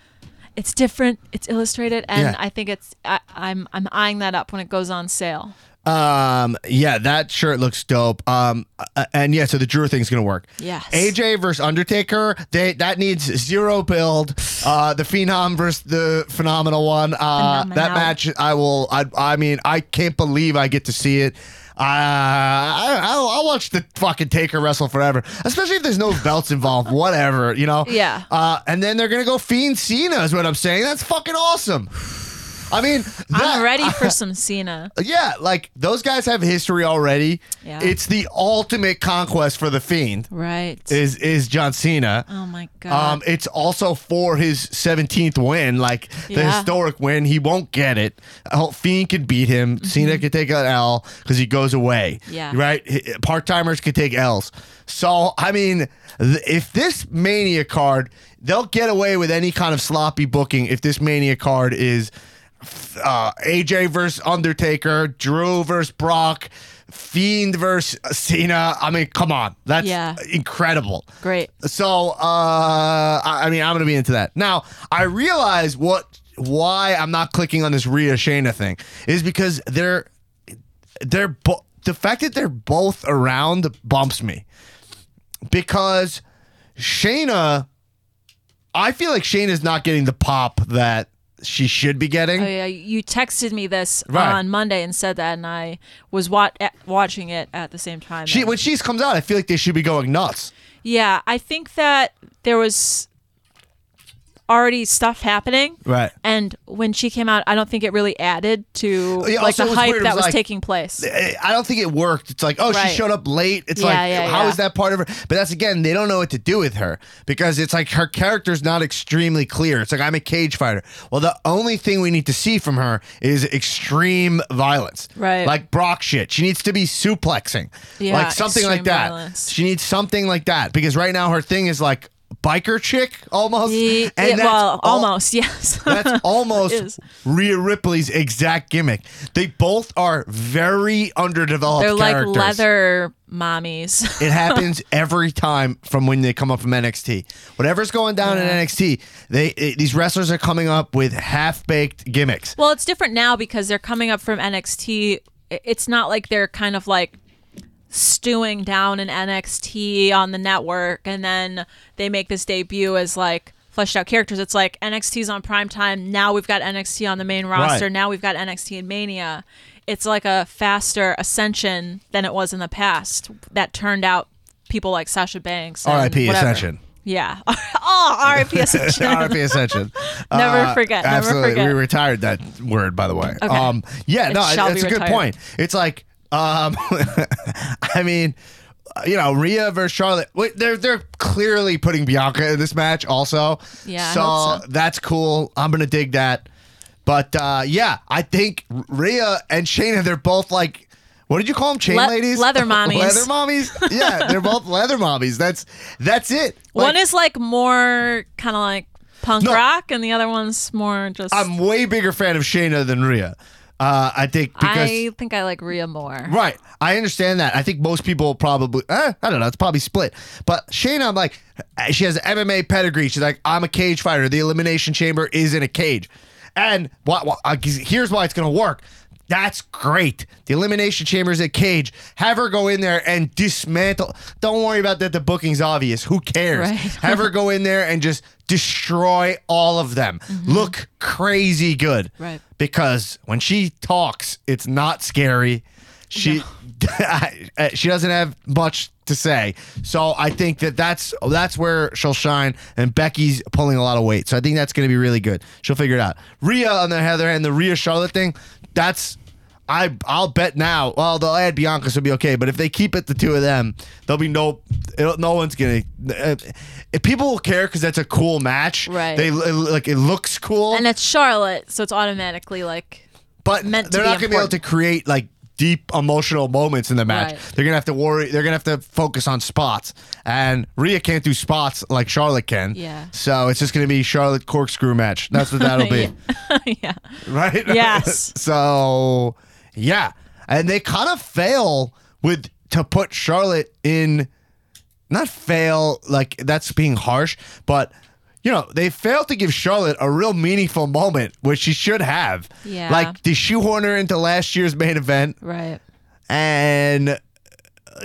S5: It's different. It's illustrated, and
S1: Yeah.
S5: I think it's. I, I'm I'm eyeing that up when it goes on sale.
S1: Um, yeah, that shirt looks dope. Um, uh, and yeah, so the Drew thing's gonna work.
S5: Yes.
S1: AJ versus Undertaker. They that needs zero build. Uh, the Phenom versus the phenomenal one. Uh, that
S5: Phenomenal.
S1: match, I will. I, I mean, I can't believe I get to see it. Uh, I, I'll, I'll watch the fucking Taker wrestle forever, especially if there's no belts involved. Whatever, you know.
S5: Yeah.
S1: Uh, and then they're gonna go Fiend Cena is what I'm saying. That's fucking awesome. I mean, that-
S5: I'm ready for some Cena.
S1: yeah, like those guys have history already.
S5: Yeah.
S1: It's the ultimate conquest for the fiend
S5: Right.
S1: is is John Cena.
S5: oh my god.
S1: Um, it's also for his 17th win, like the
S5: Yeah.
S1: historic win. He won't get it. Uh, Fiend could beat him. Cena could take an L because he goes away.
S5: Mm-hmm. Yeah.
S1: Right? Part timers could take L's. So, I mean, th- if this Mania card, they'll get away with any kind of sloppy booking if this Mania card is uh, AJ versus Undertaker, Drew versus Brock. Fiend versus Cena. I mean, come on. That's
S5: Yeah.
S1: incredible.
S5: Great.
S1: So, uh, I, I mean, I'm gonna be into that. Now, I realize what why I'm not clicking on this Rhea Shayna thing is because they're they're bo- the fact that they're both around bumps me because Shayna, I feel like Shayna's not getting the pop that she should be getting.
S5: Oh, yeah, you texted me this
S1: Right.
S5: on Monday and said that, and I was wat- eh, watching it at the same time.
S1: She
S5: and-
S1: when she comes out, I feel like they should be going nuts.
S5: Yeah, I think that there was already stuff happening.
S1: Right.
S5: And when she came out, I don't think it really added to
S1: Yeah,
S5: like
S1: also
S5: the
S1: it was
S5: hype
S1: weird, it
S5: that
S1: was
S5: was
S1: like-
S5: taking place.
S1: I I don't think it worked. It's like, oh,
S5: Right.
S1: she showed up late. It's
S5: Yeah,
S1: like, how is
S5: yeah, yeah.
S1: that part of her? But that's again, they don't know what to do with her because it's like her character's not extremely clear. It's like I'm a cage fighter. Well, the only thing we need to see from her is extreme violence,
S5: Right.
S1: Like Brock shit. She needs to be suplexing,
S5: Yeah,
S1: like something like
S5: extreme
S1: that.
S5: violence.
S1: She needs something like that because right now her thing is like biker chick almost.
S5: Ye-
S1: and
S5: yeah,
S1: that's
S5: well,
S1: all-
S5: almost yes.
S1: that's almost
S5: is.
S1: Rhea Ripley's exact gimmick. They both are very underdeveloped
S5: They're like
S1: characters.
S5: leather mommies.
S1: It happens every time from when they come up from NXT. Whatever's going down in NXT, they it- these wrestlers are coming up with half-baked gimmicks.
S5: well, it's different now because they're coming up from NXT. I- It's not like they're kind of like stewing down in NXT on the network and then they make this debut as like fleshed out characters. It's like NXT's on prime time. Now we've got NXT on the main roster.
S1: Right.
S5: Now we've got NXT in Mania. It's like a faster ascension than it was in the past that turned out people like Sasha Banks. and
S1: R.I.P.
S5: whatever.
S1: Ascension.
S5: Yeah. oh, RIP Ascension.
S1: RIP Ascension. Uh,
S5: Never forget, never
S1: Absolutely.
S5: forget.
S1: We retired that word, by the way. Um, yeah,
S5: It
S1: no,
S5: shall
S1: it's
S5: be
S1: a good
S5: retired.
S1: point. It's like, um, I mean, you know, Rhea versus Charlotte. Wait, they're they're clearly putting Bianca in this match, also.
S5: Yeah, I
S1: So,
S5: hope so.
S1: that's cool. I'm gonna dig that. But uh, yeah, I think Rhea and Shayna, they're both like. What did you call them? Chain
S5: Le-
S1: ladies?
S5: leather mommies.
S1: leather mommies? Yeah, they're both leather mommies. That's that's it.
S5: One
S1: Like-
S5: is like more kind of like punk
S1: No.
S5: rock, and the other one's more just.
S1: I'm way bigger fan of Shayna than Rhea. Uh, I think because
S5: I think I like Rhea more.
S1: right, I understand that. I think most people probably eh, I don't know. It's probably split. But Shayna, I'm like, eh, she has an MMA pedigree. She's like, I'm a cage fighter. The Elimination Chamber is in a cage, and why, why, uh, here's why it's gonna work. That's great. The Elimination Chamber's a cage. Have her go in there and dismantle. Don't worry about that. The booking's obvious. Who cares?
S5: Right.
S1: Have her go in there and just destroy all of them. Look crazy good.
S5: Mm-hmm. Right.
S1: Because when she talks, it's not scary. She she doesn't have much to say. So I think that that's that's where she'll shine. And Becky's pulling a lot of weight, so I think that's going to be really good. She'll figure it out. Rhea on the other hand, the Rhea Charlotte thing, that's I I'll bet now. Well, they'll add Bianca, so it'll be okay. But if they keep it the two of them, there'll be no it'll, no one's gonna. Uh, if people will care because that's a cool match.
S5: Right.
S1: They it, like it looks cool,
S5: and it's Charlotte, so it's automatically like
S1: but
S5: meant to
S1: they're
S5: be
S1: not gonna be able to
S5: important.
S1: create like deep emotional moments in the match.
S5: Right.
S1: They're gonna have to worry. They're gonna have to focus on spots, and Rhea can't do spots like Charlotte can.
S5: Yeah.
S1: So it's just gonna be Charlotte corkscrew match. That's what that'll be.
S5: yeah,
S1: right?
S5: Yes.
S1: so, yeah, and they kind of fail with to put Charlotte in. Not fail like that's being harsh, but you know they failed to give Charlotte a real meaningful moment, which she should have.
S5: Yeah.
S1: like they shoehorn her into last year's main event,
S5: right.
S1: and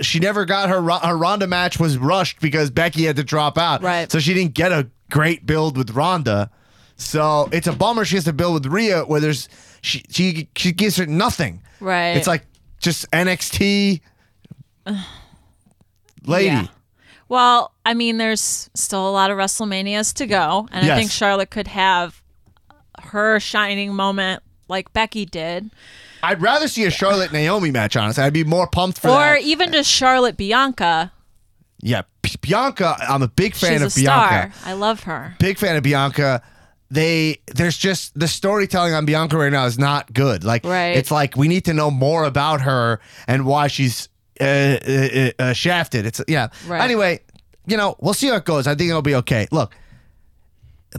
S1: she never got her Ro- her Ronda match was rushed because Becky had to drop out.
S5: Right.
S1: So she didn't get a great build with Ronda. So it's a bummer she has to build with Rhea where there's she she she gives her nothing.
S5: Right.
S1: It's like just NXT lady.
S5: Yeah. Well, I mean, there's still a lot of WrestleManias to go, and
S1: Yes.
S5: I think Charlotte could have her shining moment like Becky did,
S1: I'd rather see a Charlotte Naomi match, honestly. I'd be more pumped for
S5: or
S1: that.
S5: even just Charlotte Bianca.
S1: yeah, P- Bianca, I'm a big fan
S5: She's
S1: of
S5: a
S1: Bianca.
S5: star. I love her.
S1: big fan of Bianca. They there's just the storytelling on Bianca right now is not good. Like
S5: Right.
S1: it's like we need to know more about her and why she's uh, uh, uh, shafted. It's yeah.
S5: Right.
S1: Anyway, you know we'll see how it goes. I think it'll be okay. Look,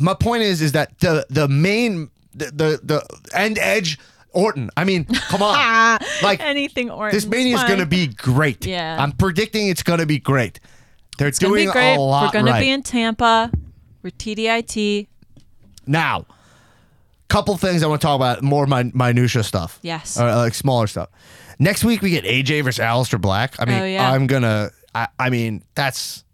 S1: my point is is that the the main the the, the end edge Orton. I mean, come on, like
S5: Anything or
S1: this mania is going to be great.
S5: Yeah.
S1: I'm predicting it's going to be great. They're
S5: It's gonna
S1: doing
S5: be great.
S1: a lot
S5: We're gonna
S1: right.
S5: be in Tampa. We're TDIT.
S1: Now, couple things I want to talk about, more of my minutia stuff.
S5: Yes.
S1: Or, uh, like smaller stuff. Next week we get AJ versus Aleister Black. I mean,
S5: Oh, yeah.
S1: I'm gonna. I, I mean, that's.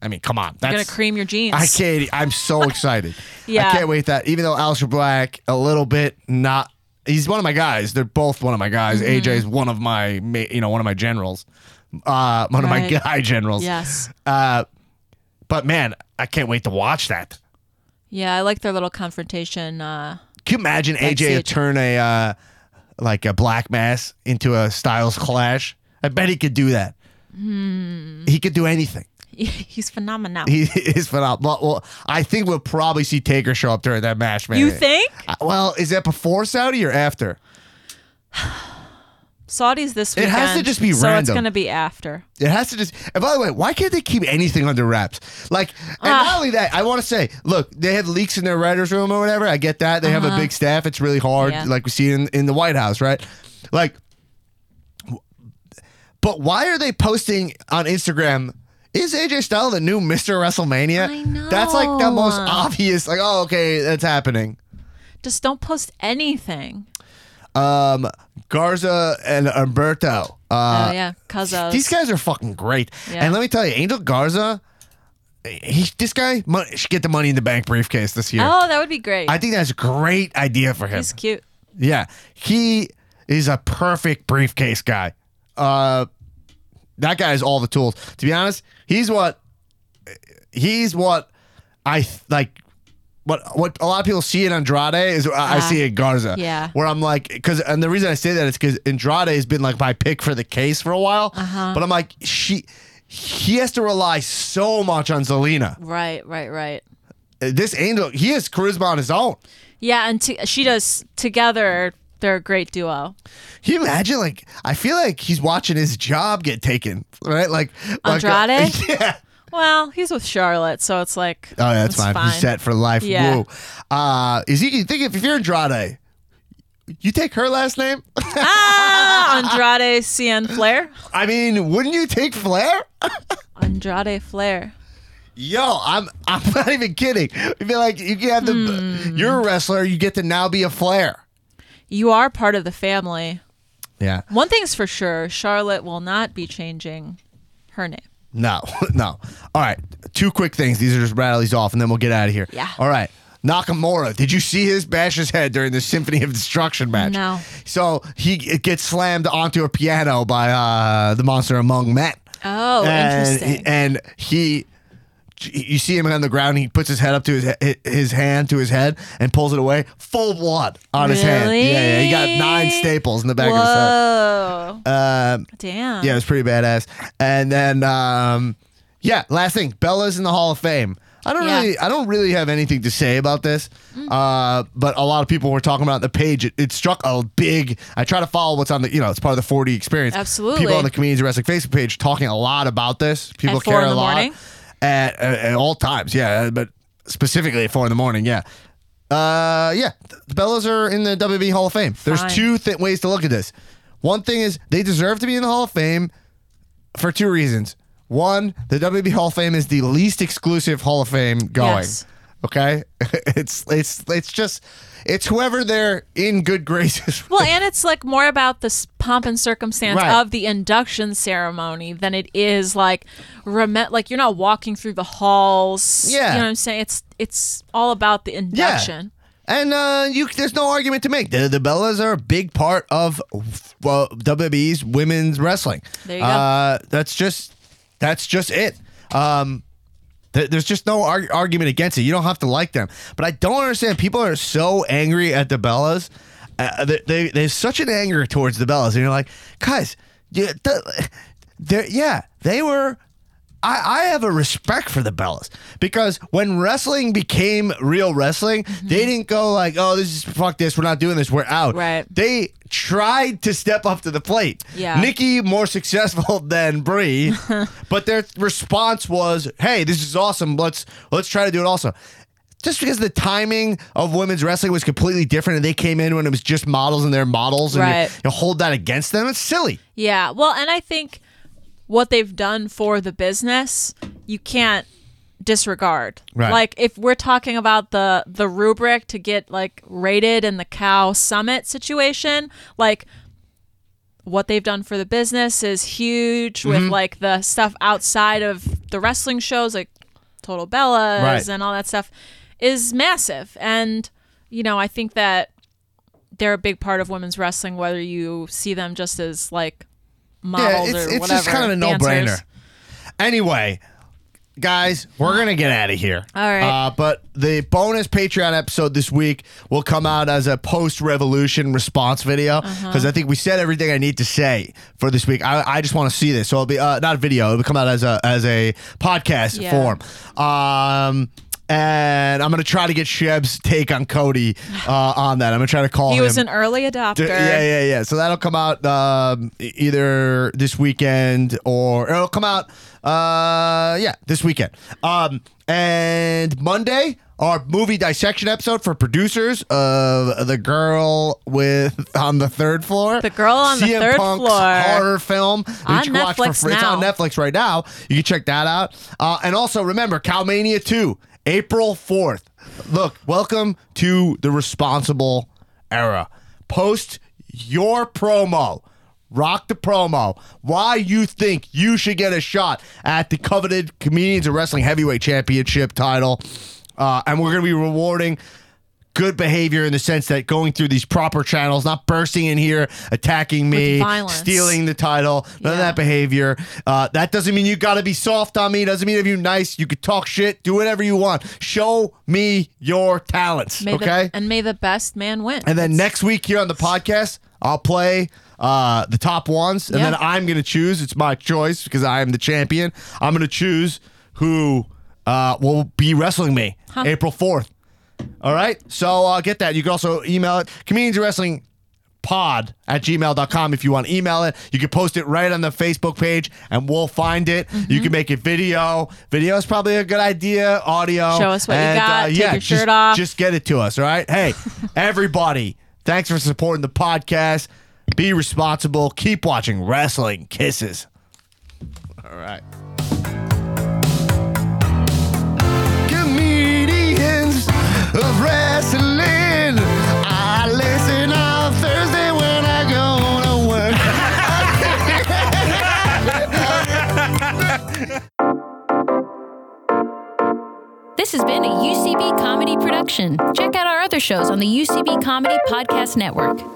S1: I mean, come on. That's
S5: You're gonna cream your jeans.
S1: I can't. e, I'm so excited.
S5: Yeah.
S1: I can't wait that. Even though Aleister Black, a little bit not. He's one of my guys. They're both one of my guys.
S5: Mm-hmm.
S1: AJ's one of my, ma- you know, one of my generals, uh, one of my
S5: Right.
S1: guy generals.
S5: Yes.
S1: But man, I can't wait to watch that.
S5: Yeah, I like their little confrontation. Uh,
S1: Can you imagine AJ
S5: see
S1: would
S5: it.
S1: turn a uh, like a black mass into a Styles clash? I bet he could do that.
S5: Hmm.
S1: He could do anything.
S5: he's phenomenal.
S1: He is phenomenal. Well, I think we'll probably see Taker show up during that match, man.
S5: you think
S1: Uh, Well, is that before Saudi or after?
S5: Saudi's this
S1: It
S5: weekend?
S1: has to just be
S5: so it's
S1: random.
S5: gonna be after.
S1: It has to just. And by the way, why can't they keep anything under wraps? Like, and
S5: Ah.
S1: not only that, I want to say, look, they had leaks in their writers' room or whatever. I get that they have a big staff. It's really hard,
S5: Uh-huh. Yeah.
S1: like we see in in the White House, right? Like, w- but why are they posting on Instagram? Is AJ Styles the new Mr. WrestleMania?
S5: I
S1: That's like the most
S5: know.
S1: obvious. Like, oh, okay, that's happening.
S5: Just don't post anything.
S1: Um, Garza and Umberto. Uh,
S5: oh yeah, Cuzzo.
S1: These guys are fucking great.
S5: Yeah.
S1: And let me tell you, Angel Garza, he, this guy mo- should get the Money in the Bank briefcase this year.
S5: Oh, that would be great.
S1: I think that's a great idea for him.
S5: he's cute.
S1: yeah. He is a perfect briefcase guy. Uh, that guy has all the tools. To be honest, he's what he's what I th- like. What what a lot of people see in Andrade is what I I
S5: Ah,
S1: see in Garza.
S5: yeah.
S1: Where I'm like, because and the reason I say that is because Andrade has been like my pick for the case for a while. Uh-huh. But I'm like, she he has to rely so much on Zelina.
S5: Right, right, right.
S1: This angel, he has charisma on his own.
S5: Yeah, and t- she does together. They're a great duo.
S1: Can you imagine? Like, I feel like he's watching his job get taken, right? Like like, uh,
S5: Andrade?
S1: yeah.
S5: Well, he's with Charlotte, so it's like
S1: Oh, yeah, that's
S5: it's
S1: fine. He's set for life.
S5: Yeah.
S1: Woo. Uh, is he? You think if, if you're Andrade, you take her last name?
S5: Ah, Andrade CN Flair.
S1: I mean, wouldn't you take Flair?
S5: Andrade Flair.
S1: Yo, I'm I'm not even kidding. I feel like you can have the. You're a wrestler. You get to now be a Flair.
S5: you are part of the family.
S1: Yeah.
S5: One thing's for sure, Charlotte will not be changing her name.
S1: No, no. All right. Two quick things. These are just rattles off, and then we'll get out of here.
S5: Yeah.
S1: All right. Nakamura, did you see his bash his head during the Symphony of Destruction match?
S5: No.
S1: So he g- gets slammed onto a piano by uh, the monster among men.
S5: Oh,
S1: and,
S5: interesting.
S1: And he, you see him on the ground. He puts his head up to his he- his hand to his head and pulls it away. Full blood on his hand. Yeah, yeah. He got nine
S5: Really?
S1: staples in the back of his head.
S5: Whoa. Damn.
S1: Yeah, it was pretty badass. And then um yeah, last thing, Bella's in the Hall of Fame. I don't
S5: Yeah. Mm.
S1: really I don't really have anything to say about this. Uh but a lot of people were talking about the page. It, it struck a big I try to follow what's on the you know, it's part of the 40 experience.
S5: Absolutely.
S1: People on the Comedians Wrestling Facebook page talking a lot about this. People
S5: At four
S1: care
S5: in the
S1: a lot
S5: morning?
S1: At, at at all times. Yeah, but specifically at 4 in the morning, yeah. Uh yeah, the Bellas are in the WB Hall of Fame.
S5: Fine.
S1: There's two th- ways to look at this. One thing is they deserve to be in the Hall of Fame for two reasons. One, the WB Hall of Fame is the least exclusive Hall of Fame going.
S5: Yes.
S1: Okay, it's it's it's just it's whoever they're in good graces.
S5: Well, and it's like more about the s- pomp and circumstance
S1: Right.
S5: of the induction ceremony than it is like remem- like you're not walking through the halls.
S1: Yeah.
S5: You know what I'm saying? It's it's all about the induction.
S1: And uh, you, there's no argument to make. The, the Bellas are a big part of well, WWE's women's wrestling.
S5: There you go.
S1: Uh, that's just that's just it. Um, th- there's just no arg- argument against it. You don't have to like them. But I don't understand. People are so angry at the Bellas. Uh, they, they there's such an anger towards the Bellas, and you're like, guys, you, the, they're- yeah, they were I, I have a respect for the Bellas because when wrestling became real wrestling, they didn't go like, oh, this is fuck this, we're not doing this, we're out.
S5: Right.
S1: They tried to step up to the plate.
S5: Yeah.
S1: Nikki more successful than Brie, but their response was, hey, this is awesome. Let's let's try to do it also. Just because the timing of women's wrestling was completely different and they came in when it was just models and their models and you-
S5: Right.
S1: you hold that against them, it's silly.
S5: Yeah. Well, and I think what they've done for the business, you can't disregard.
S1: Right.
S5: Like if we're talking about the the rubric to get like rated in the cow summit situation, like what they've done for the business is huge
S1: Mm-hmm.
S5: with like the stuff outside of the wrestling shows like Total Bellas
S1: Right.
S5: and all that stuff is massive. And you know, I think that they're a big part of women's wrestling whether you see them just as like models
S1: it's-
S5: or
S1: it's
S5: whatever.
S1: just kind of a no-brainer.
S5: dancers.
S1: Anyway, guys, we're gonna get out of here.
S5: All right.
S1: Uh, but the bonus Patreon episode this week will come out as a post-revolution response video
S5: Uh-huh.
S1: because I think we said everything I need to say for this week. I, I just want to see this, so it'll be uh, not a video. It'll come out as a as a podcast
S5: Yeah.
S1: form. Um. And I'm gonna try to get Sheb's take on Cody uh, on that. I'm gonna try to call
S5: He
S1: him.
S5: was an early
S1: D-
S5: adopter.
S1: Yeah, yeah, yeah. So that'll come out um, e- either this weekend or it'll come out, uh, yeah, this weekend. Um, and Monday, our movie dissection episode for producers of the girl with on the third floor,
S5: The Girl on the
S1: CM
S5: Third
S1: Punk's
S5: Floor.
S1: horror film. that
S5: On
S1: you can watch for
S5: Netflix
S1: free. It's on
S5: now.
S1: Netflix right now. You can check that out. Uh, and also remember, Calmania two, April fourth. Look, welcome to the responsible era. Post your promo. Rock the promo. Why you think you should get a shot at the coveted Comedians of Wrestling Heavyweight Championship title. Uh, and we're going to be rewarding good behavior in the sense that going through these proper channels, not bursting in here, attacking me,
S5: violence.
S1: stealing the title, none of
S5: Yeah.
S1: that behavior. Uh, that doesn't mean you got to be soft on me. Doesn't mean if you're nice, you could talk shit, do whatever you want. Show me your talents,
S5: May the-
S1: okay?
S5: and may the best man win.
S1: And then next week here on the podcast, I'll play uh, the top ones, and
S5: Yeah.
S1: then I'm going to choose. It's my choice because I am the champion. I'm going to choose who uh, will be wrestling me April 4th. All right. So uh, get that. You can also email it comedians wrestling pod at gmail.com if you want to email it you can post it right on the facebook page and we'll find it you can make it video video is probably a good idea audio
S5: Show us what you
S1: and,
S5: got,
S1: uh,
S5: take
S1: yeah
S5: your
S1: just-
S5: shirt off.
S1: just just get it to us, all right? Hey, everybody, thanks for supporting the podcast. Be responsible. Keep watching Wrestling Kisses. All right. Comedians of wrestling, I listen, I
S8: shows on the UCB Comedy Podcast Network.